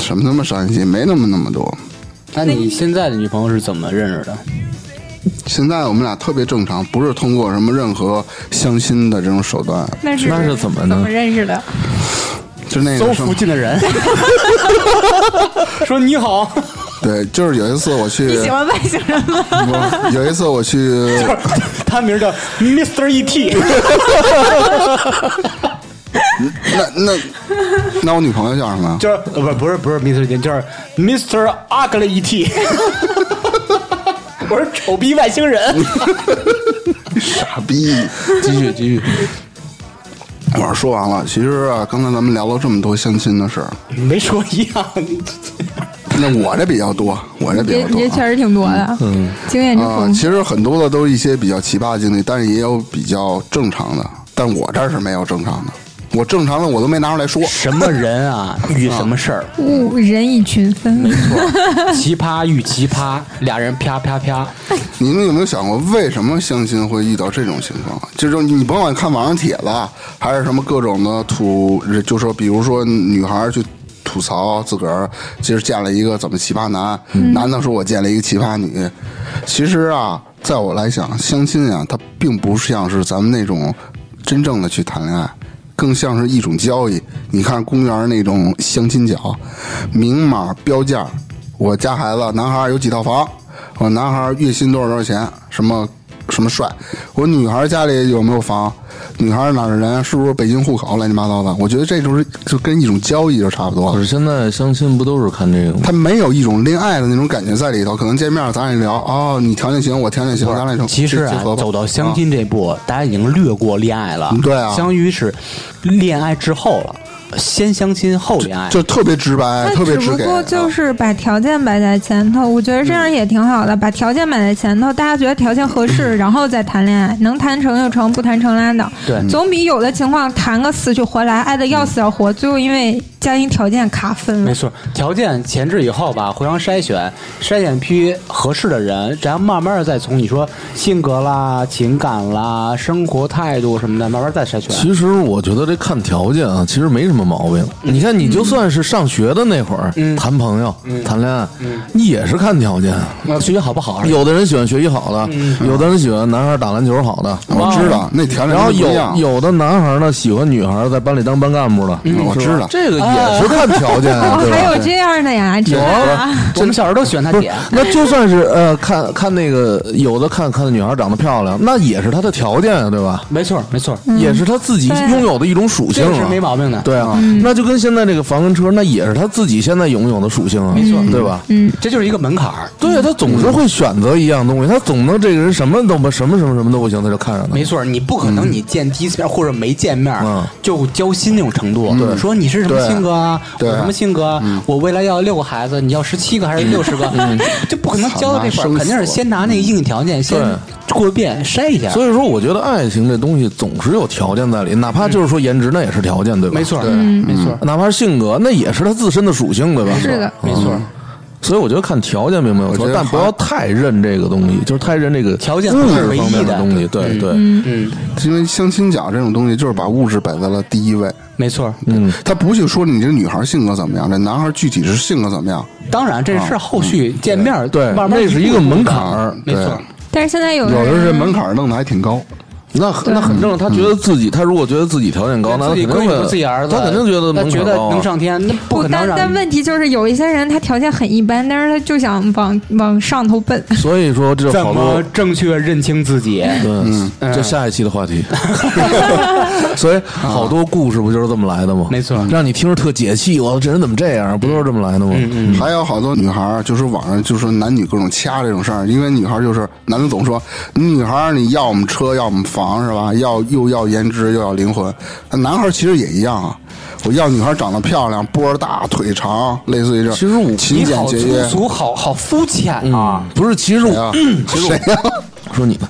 什么他妈伤心，没那么那么多。那你现在的女朋友是怎么认识的？现在我们俩特别正常，不是通过什么任何相亲的这种手段，那 [LAUGHS] 是那是怎么呢怎么认识的？就那搜个什么附，近的人， [LAUGHS] 说你好，对，就是有一次我去，你喜欢外星人吗？我有一次 [LAUGHS] 我去，他名叫 E Mr. E.T，那那那我女朋友叫什么？就是呃不不是不是 Mr. E.T，就是 Mr. Ugly E E.T。我是丑逼外星人，傻逼！继续继续，我说说完了，其实啊，刚才咱们聊了这么多相亲的事儿，没说一样，你那我这比较多，我这比也较多、也确啊。实挺多的，经验之啊、丰其富。实很多的都是一些比较奇葩的经历，但是也有比较正常的，但我这儿是没有正常的，我正常的我都没拿出来说。 [LAUGHS] 什么人啊， [LAUGHS] 遇什么事儿，物人以群分，奇葩遇奇葩，俩人啪啪啪， [LAUGHS] 你们有没有想过，为什么相亲会遇到这种情况？啊就是你甭管看网上帖子，啊还是什么各种的吐，就说比如说女孩去吐槽自个儿，今儿见了一个怎么奇葩男，男的说我见了一个奇葩女。其实啊，在我来讲，相亲啊，它并不像是咱们那种真正的去谈恋爱。更像是一种交易。你看公园那种相亲角，明码标价，我家孩子男孩有几套房，我男孩月薪多少多少钱，什么什么帅，我女孩家里有没有房，女孩哪儿人，是不是北京户口，乱七八糟的。我觉得这就是就跟一种交易就差不多可了是。现在相亲不都是看这个吗？他没有一种恋爱的那种感觉在里头，可能见面咱也聊哦，你条件行，我条件行，咱俩就其实就啊结合，吧走到啊相亲这步，大家已经略过恋爱了嗯，对啊相当于是恋爱之后了，先相亲后恋爱，就特别直白，特他别只直不给。啊过就是把条件摆在前头，我觉得这样也挺好的，把条件摆在前头，大家觉得条件合适，然后再谈恋爱，能谈成就成，不谈成拉倒。嗯对总比有的情况谈个死去活来，爱的要死要活，最后因为家庭条件卡分了没。错，条件前置以后吧，互相筛选，筛选批合适的人，然后慢慢的再从你说性格啦、情感啦、生活态度什么的，慢慢再筛选。其实我觉得这看条件啊，其实没什么毛病。你看，你就算是上学的那会儿，谈朋友、谈恋爱，你也是看条件。啊那学习好不好？有的人喜欢学习好的，有的人喜欢男孩打篮球好的，我知道那条件然后不一有样有的男孩呢喜欢女孩在班里当班干部的，嗯我是吧知道这个也是看条件啊，哦，对吧还有这样的呀，真的啊我们小时候都喜欢他不是姐，，那就算是呃，看看那个有的看看那女孩长得漂亮，那也是她的条件啊，对吧？没错没错，也是她自己嗯对嗯拥有的一种属性这个啊，是没毛病的。对啊，那就跟现在这个房跟车，那也是他自己现在拥有的属性啊，没错，对吧？嗯，这就是一个门槛儿。对，他总是会选择一样东西，他总能这个人什么都不什么什么什么都不行，他就看上他。没错，你不可能你见第一次面或者没见面嗯就交心那种程度。说你是什么对性格啊？我对什么性格嗯啊？我未来要六个孩子，你要十七个还是六十个？ [LAUGHS] 就不可能交到这块操儿，那肯定是生死先拿那个硬性条件先过遍筛一下。所以说，我觉得爱情这东西总是有条件在里，哪怕就是说颜值，那也是条件，对吧？没错，对嗯没错，哪怕是性格，那也是他自身的属性，对吧？啊是的没错。所以我觉得看条件并没有我觉错得，但不要太认这个东西，就是太认这个条件物不是质唯一方面的东西。对对，嗯，因为相亲角这种东西，就是把物质摆在了第一位。没错。嗯，他不去说你这女孩性格怎么样，这男孩具体是性格怎么样，当然，这是后续见面儿啊嗯对慢慢那是一步个步门的槛儿没对错。但是现在有有的的人这人门槛儿弄得还挺高。那对那很正常，他觉得嗯自己，他如果觉得自己条件高，那他自己肯定闺会女、自己儿子，他肯定觉得他门觉槛得高啊能。上天，那不不，可能但让但你问题就是有一些人他条件很一般，但是他就想往往上头奔。所以说，这怎好么多正确认清自己？嗯对，嗯这下一期的话 [LAUGHS] 题。所以好多故事不就是这么来的吗？没错让你听着特解气，我这人怎么这样？不就是这么来的吗？嗯还有好多女孩儿，就是网上就说男女各种掐这种事儿，因为女孩儿就是男的总说，女孩儿你要我们车，要我们房是吧？要又要颜值，又要灵魂。那男孩儿其实也一样啊，我要女孩儿长得漂亮，波儿大，腿长，类似于这。其实我勤你俭好节粗约俗，好好肤浅啊！不是， [CLEARS THROAT] 其实啊我，谁呀？说你呢。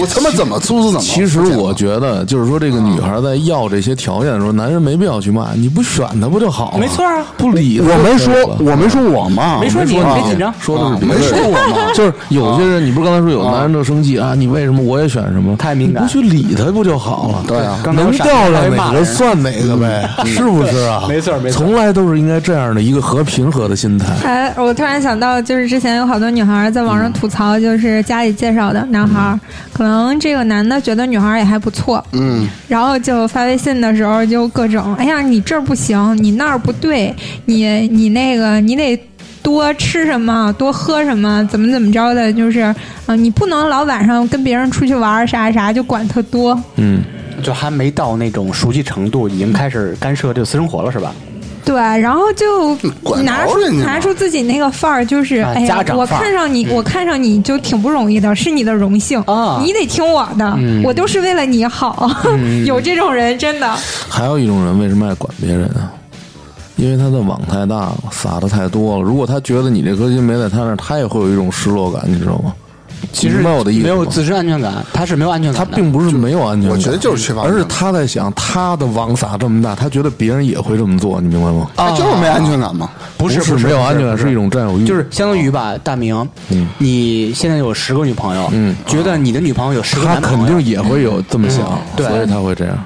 我他妈怎么粗俗怎么？啊其实我觉得，就是说，这个女孩在要这些条件的时候，男人没必要去骂，你不选她不就好了？没错啊不理她我没就说可以了，我没说我嘛，没说你啊别紧张哎说的是啊别没人，说啊我嘛 [LAUGHS] 就是有些人，你不是刚才说有男人就生气啊？你为什么我也选什么？太敏感你不去理他不就好了？对啊嗯刚才能我闪调还上骂哪人个算哪个呗， [LAUGHS] 是不是啊？没错没错从来都是应该这样的一个和平和的心态。哎，我突然想到，就是之前有好多女孩儿在网上吐槽，就是家里介绍的男孩儿，可能这个男的觉得女孩儿也还不错，嗯，然后就发微信的时候就各种，哎呀，你这儿不行，你那儿不对，你你那个你得。多吃什么，多喝什么，怎么怎么着的，就是，啊、你不能老晚上跟别人出去玩儿啥啥，就管特多。嗯，就还没到那种熟悉程度，已经开始干涉这个私生活了，是吧？对，然后就管拿着出人家嘛拿出自己那个范儿，就是啊哎家呀，长我范儿看上你，我看上你就挺不容易的，是你的荣幸啊你得听我的，我都是为了你好。 [LAUGHS] 有这种人真的，还有一种人为什么爱管别人啊？因为他的网太大了，撒的太多了。如果他觉得你这颗心没在他那儿，他也会有一种失落感，你知道吗？其实明白我的意思没有吗自身安全感，他是没有安全他感的。并不是没有安全感，我觉得就是缺乏安而全是感他在想他的网撒这么大，他觉得别人也会这么做，你明白吗？他就是没安全感嘛。不是是不是没有不安全感，不是一种嗯占有欲，就是相当于吧，大明，你现在有十个女朋友，觉得你的女朋友有十个嗯他男朋肯友，定也会有这么想，对所以他会这样。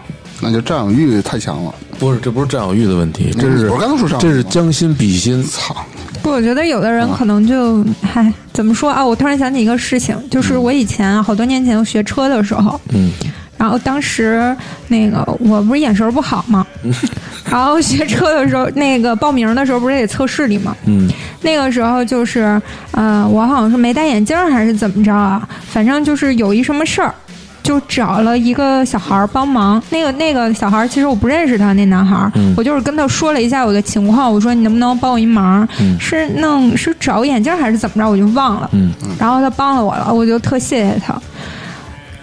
那就占有欲太强了。不是，这不是占有欲的问题，这你是不是刚才说占有欲吗这是将心比心。操，不，我觉得有的人可能就，嗨，怎么说啊？我突然想起一个事情，就是我以前啊，好多年前我学车的时候，嗯，然后当时那个我不是眼神儿不好 [LAUGHS] 嘛，然后学车的时候，那个报名的时候不是得测视力嘛，嗯，那个时候就是，呃，我好像是没戴眼镜儿还是怎么着啊，反正就是有一什么事儿，就找了一个小孩儿帮忙。那个那个小孩儿其实我不认识他，那男孩儿，嗯我就是跟他说了一下我的情况，我说你能不能帮我一忙？嗯是弄是找眼镜儿还是怎么着，我就忘了。嗯然后他帮了我了，我就特谢谢他。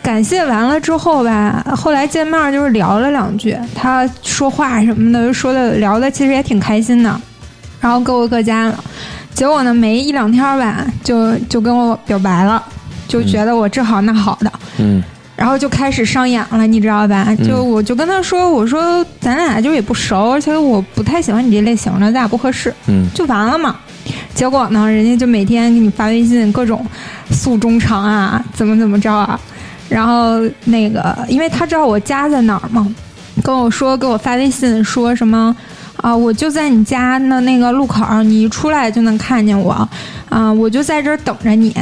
感谢完了之后吧，后来见面就是聊了两句，他说话什么的，说的聊的其实也挺开心的，然后各回各家了。结果呢，没一两天吧，就就跟我表白了，就觉得我这好那好的，嗯然后就开始上演了，你知道吧？就我就跟他说，我说咱俩就也不熟，而且我不太喜欢你这类型的，咱俩不合适。嗯，就完了嘛。结果呢，人家就每天给你发微信，各种诉衷肠啊，怎么怎么着啊。然后那个，因为他知道我家在哪儿嘛，跟我说给我发微信说什么啊、我就在你家那那个路口儿，你一出来就能看见我啊、我就在这儿等着你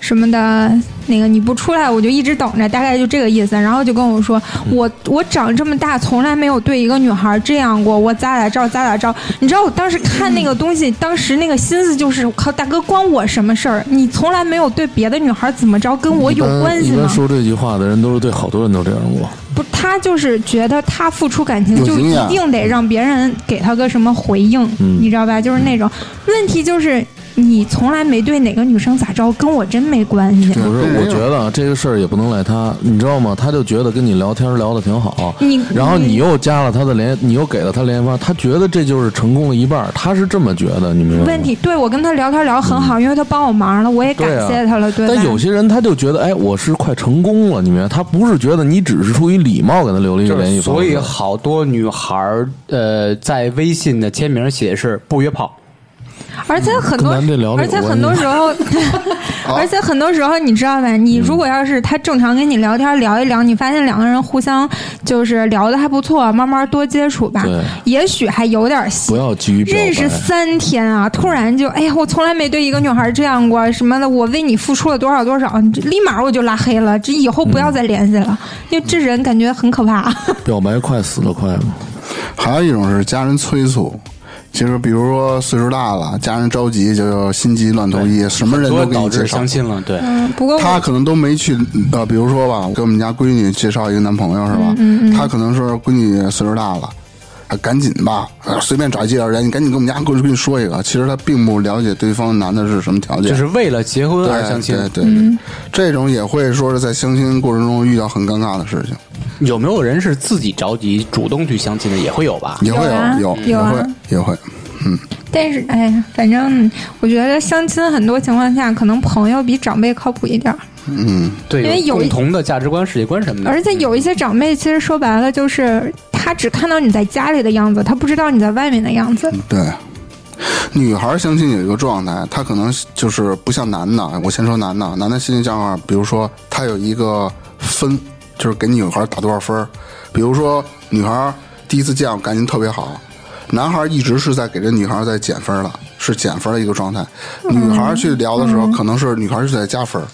什么的。那个你不出来，我就一直等着，大概就这个意思。然后就跟我说，嗯我我长这么大从来没有对一个女孩这样过，我咋咋着咋咋着。你知道我当时看那个东嗯西，当时那个心思就是，我靠，大哥关我什么事儿？你从来没有对别的女孩怎么着，跟我有关系一般吗？说这句话的人都是对好多人都这样过，不，他就是觉得他付出感情有就经一啊验定得让别人给他个什么回应，嗯你知道吧？就是那种问题，就是你从来没对哪个女生咋着，跟我真嗯没关系。不是？对我觉得啊，这个事儿也不能赖他，你知道吗？他就觉得跟你聊天聊得挺好，你然后你又加了他的联，你又给了他联系方，他觉得这就是成功了一半儿，他是这么觉得，你明白吗？问题，对我跟他聊天聊得很好，因为他帮我忙了，我也嗯感对啊谢他了，对吧？但有些人他就觉得，哎，我是快成功了，你明白？他不是觉得你只是出于礼貌给他留了一个就联系是方所以式，好多女孩儿呃在微信的签名写的是不约炮，而且很多跟咱这聊，的而有且关系很多时 [LAUGHS] 候， [LAUGHS] 而且很多时候，你知道嗯吧？你如果要是他正常跟你聊天聊一聊，你发现两个人互相就是聊的还不错，慢慢多接触吧对，也许还有点不戏。要急于表白。认识三天啊，突然就哎呀，我从来没对一个女孩这样过什么的，我为你付出了多少多少，你这立马我就拉黑了，这以后不要再联系了，因为这人感觉很可怕。表白快死得快嘛，还有一种是家人催促。其实，比如说岁数大了，家人着急，就心急乱投医，什么人所都以给导你介致绍相。亲了，对，嗯，不过我他可能都没去，呃，比如说吧，给我们家闺女介绍一个男朋友是嗯吧？他可能说闺女岁数大了，啊赶紧吧，啊随便找一介绍人，你赶紧给我们家闺女说一个。其实他并不了解对方男的是什么条件，就是为了结婚对而相亲。对对对嗯这种也会说是在相亲过程中遇到很尴尬的事情，有没有人是自己着急主动去相亲的？也会有吧？也会有啊有有啊也会也会。 [LAUGHS] 但是，哎呀，反正我觉得相亲很多情况下，可能朋友比长辈靠谱一点儿。嗯对，因为有共同的价值观、世界观什么的。而且有一些长辈，其实说白了就是他只看到你在家里的样子，他不知道你在外面的样子。嗯对，女孩相亲有一个状态，她可能就是不像男的。我先说男的，男的心理障碍，比如说他有一个分，就是给女孩打多少分儿。比如说女孩第一次见我感情特别好，男孩一直是在给这女孩在减分儿了，是减分儿的一个状态。女嗯孩去聊的时候，可能是女孩是在加分儿。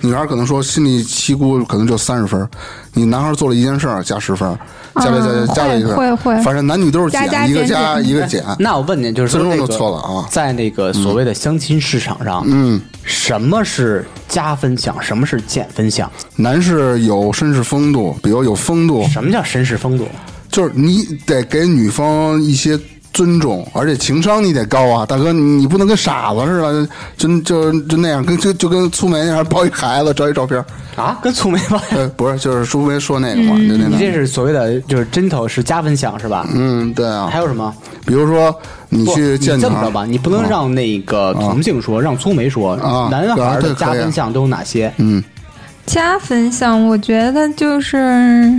女孩可能说心里七估可能就三十分儿，你男孩做了一件事儿加十分儿，加了嗯加加了一个，会会会反正男女都是加减，加一个减加减一个减。那我问您，就是最说终那都个错了啊在那个所谓的相亲市场上，嗯，什么是加分项，什么是减分项？男士有绅士风度，比如有风度，什么叫绅士风度？就是你得给女方一些尊重，而且情商你得高啊，大哥，你不能跟傻子似的，就就就那样，跟就就跟粗梅那样抱一孩子，照一照片儿， [LAUGHS] 啊，跟粗眉毛。呃，不是，就是苏梅说那个嘛，就那 [LAUGHS] 嗯你个，这是所谓的就是针头是加分项是吧？嗯，对啊还，有什么？比如说你不去见你这女么孩着吧，你不能让那个同性说，让粗眉说啊，男孩啊儿对的可以加分项都有哪些？嗯，加分项，我觉得就是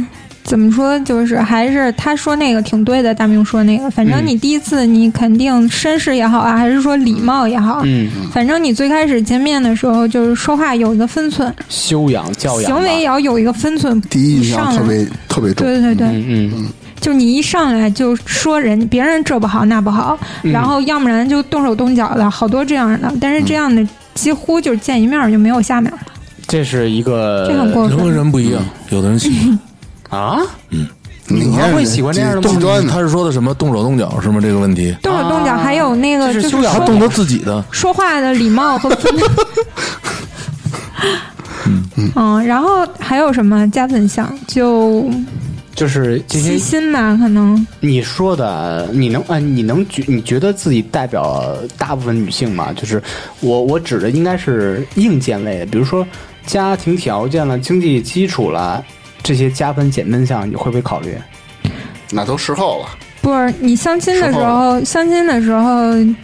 怎么说，就是还是他说那个挺对的，大明说那个，反正嗯你第一次你肯定绅士也好啊，还是说礼貌也好，嗯，反正你最开始见面的时候就是说话有一个分寸，修养教养吧，啊行为也要有一个分寸。第一印上来象特别特别重，对对对，嗯嗯，就你一上来就说人别人这不好那不好，然后要不然就动手动脚的，好多这样的。但是这样的几乎就是见一面儿就没有下面儿了，这是一个这很过人和分。人不一样，有的人喜欢。啊，你你看还会人喜欢这样的吗极端他的，是说的什么动手动脚是吗？这个问题，动手动脚，还有那个这啊就是是修养他说动他自己的，说话的礼貌 [LAUGHS] 和分嗯然后还有什么加分项？就就是这细些心吧，可能你说的，你能啊，你能觉你觉得自己代表大部分女性吗？就是我我指的应该是硬件类的，比如说家庭条件了、经济基础了这些加分减分项，你会不会考虑？那都事后了。不是你相亲的时说好候，啊相亲的时候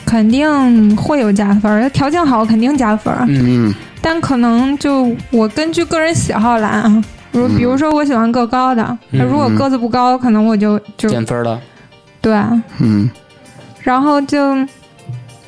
肯定会有加分儿，条件好肯定加分儿。啊嗯，但可能就我根据个人喜好来啊，如比如说我喜欢个高的，那如果个子不高，可能我就就减分了，对，啊嗯，然后就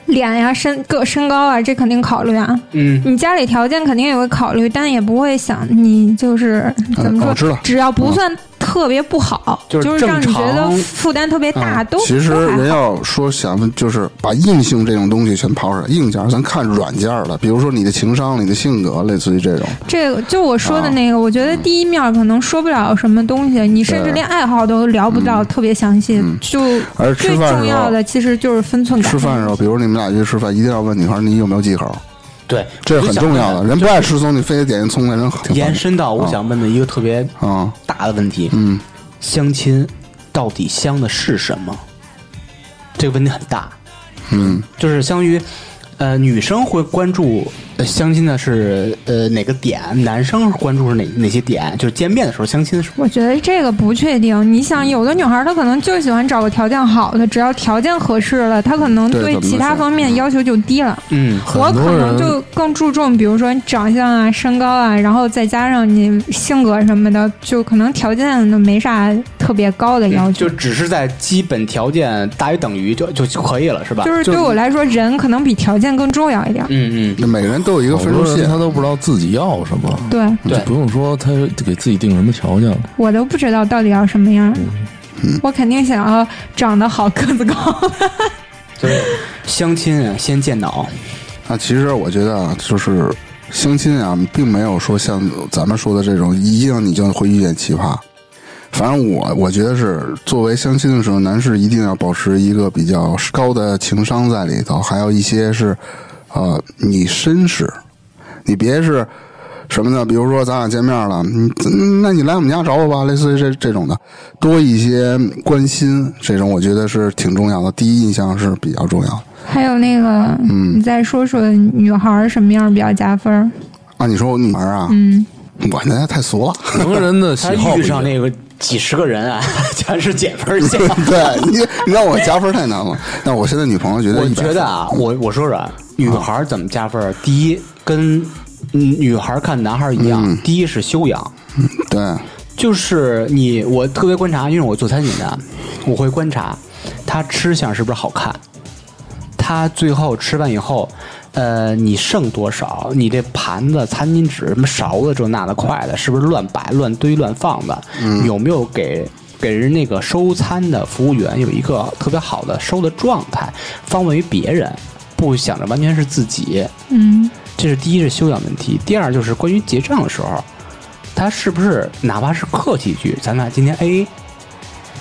脸呀、身个身高啊，这肯定考虑啊。嗯，你家里条件肯定也会考虑，但也不会想你就是嗯怎么说，我知道。嗯只要不算特别不好，就是就是让你正觉常得负担特别大，都其实都还好人要说想问，就是把硬性这种东西全抛出来，硬件儿咱看软件儿了，比如说你的情商、你的性格，类似于这种。这个就我说的那啊个，我觉得第一面可能说不了什么东西，你甚至连爱好都聊不到特别详细。就嗯而吃最饭的重时要候，的其实就是分寸感。吃饭的时候，比如你们俩去吃饭，一定要问女孩你有没有忌口，对，这是很重要的。人不要爱吃葱，你非得点一葱来，人很延伸到嗯我啊想问的一个特别啊，大的问题，嗯，相亲到底相的是什么？这个问题很大。嗯，就是相当于，呃，女生会关注、呃、相亲的是呃哪个点，男生关注是哪哪些点？就是见面的时候相亲的时候，我觉得这个不确定。你想，有的女孩她可能就喜欢找个条件好的，只要条件合适了，她可能对对怎么其他说方面要求就低了。嗯，我很多可能人就更注重，比如说你长相啊、身高啊，然后再加上你性格什么的，就可能条件都没啥特别高的要求嗯就。只是在基本条件大于等于就就就可以了，是吧？就是对我来说，人可能比条件更重要一点。嗯嗯，那每个人都有一个好分多数人线他。都不知道自己要什么，对就对不用说他给自己定什么条件 [LAUGHS] 了。我都不知道到底要什么样儿，嗯我肯定想要长得好、个子高。 [LAUGHS] 所以相亲啊先见脑，那其实我觉得啊，就是相亲啊，并没有说像咱们说的这种，一定你就会遇见奇葩。反正我我觉得是，作为相亲的时候，男士一定要保持一个比较高的情商在里头，还有一些是，呃，你绅士，你别是什么呢？比如说咱俩见面了，嗯，嗯那你来我们家找我吧，类似于这这种的，多一些关心，这种我觉得是挺重要的，第一印象是比较重要的。还有那个，嗯你再说说女孩儿什么样儿比较加分儿？啊，你说我女儿啊，嗯，我那太俗了。 [LAUGHS] 每个人的喜他好不遇一上样。那个几十个人啊， [LAUGHS] 全是减分项。对你，你让我加分太难了。但我现在女朋友觉得我100分，觉得啊，我我说说啊，女孩儿怎么加分儿？第一，跟嗯女孩儿看男孩儿一样，第一是修养，啊对，就是你我特别观察，因为我做餐饮的，我会观察他吃相是不是好看，他最后吃完以后，呃，你剩多少，你这盘子、餐巾纸、什么勺子这那的筷子，是不是乱摆、乱堆、乱放的？有没有给？给人那个收餐的服务员有一个特别好的收的状态，方位于别人，不想着完全是自己。嗯，这是第一是修养问题，第二就是关于结账的时候，哎他是不是哪怕是客气一句，咱俩今天 A A，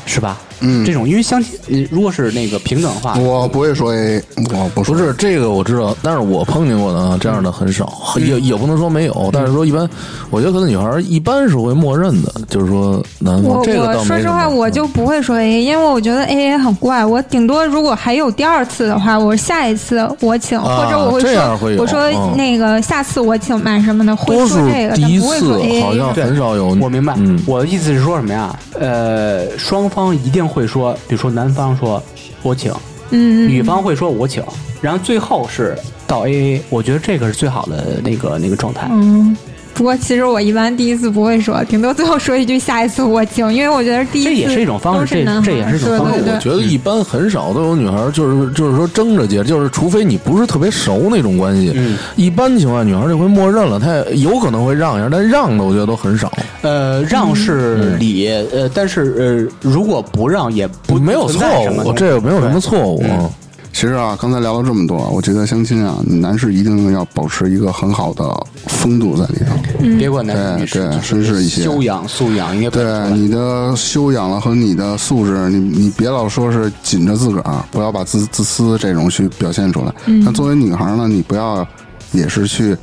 是吧？嗯这种因为相亲，你如果是那个平等的话，我不会说 A，我不不说是这个我知道，但是我碰见过的啊，这样的很少，也也不能说没有，但是说一般，我觉得可能女孩一般是会默认的，就是说男我方嗯这个我倒没说什实么嗯话，我就不会说 A，因为我觉得 A A 很怪。我顶多如果还有第二次的话，我下一次我请，啊或者我会这样说，会有我说嗯那个下次我请吧什么的，会多说数这个，第但一不会次说 A 好 A。像对很少有，我明白，嗯，我的意思是说什么呀？呃，双方一定会说，比如说男方说我请，嗯，女方会说我请，然后最后是到 AA，我觉得这个是最好的那个那个状态。嗯。不过其实我一般第一次不会说，顶多最后说一句下一次我请，因为我觉得第一次这也是一种方式都这男孩这也是一种对方式对我对嗯觉得一般很少都有女孩，就是就是说争着结，就是除非你不是特别熟那种关系，嗯一般情况下女孩就会默认了，她也有可能会让一下，但让的我觉得都很少，呃，让是理，呃，但是呃，如果不让也不没有不存错在什么误，这个没有什么对错误，嗯其实啊，刚才聊了这么多，我觉得相亲啊，男士一定要保持一个很好的风度在里头。嗯别管男生女对生，对就是绅士一些修养素养应该不对你的修养了和你的素质，你你别老说是紧着自个儿，啊不要把自自私这种去表现出来。那作为女孩呢，你不要也是去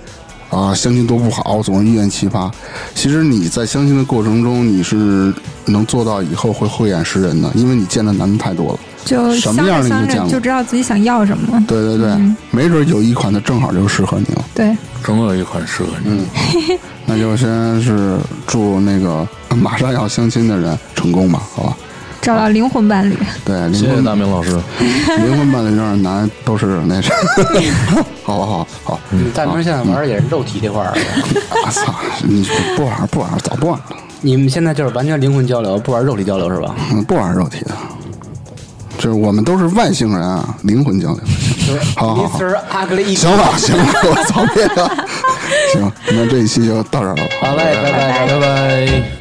啊相亲多不好，总是遇见奇葩。其实你在相亲的过程中，你是能做到以后会慧眼识人的，因为你见的男的太多了。就什相么样着的相你就见着过就知道自己想要什么。对对对，没准有一款的正好就适合你了。对，总有一款适合你。那就先是祝那个马上要相亲的人成功吧，好吧？找到灵魂伴侣。对，谢灵谢魂大明老师，灵魂伴侣有点难，都是那啥。好吧，好吧，好吧，大明现在玩的也是肉体这块儿，我操，你不玩儿不玩儿，早不玩儿了，你们现在就是完全灵魂交流，不玩肉体交流是吧？嗯不玩儿肉体的。就是我们都是外星人啊，灵魂交流。好好好， Mr. Ugly，行了行了，我操别了。行，那这一期就到这儿了。好嘞，拜拜。拜拜。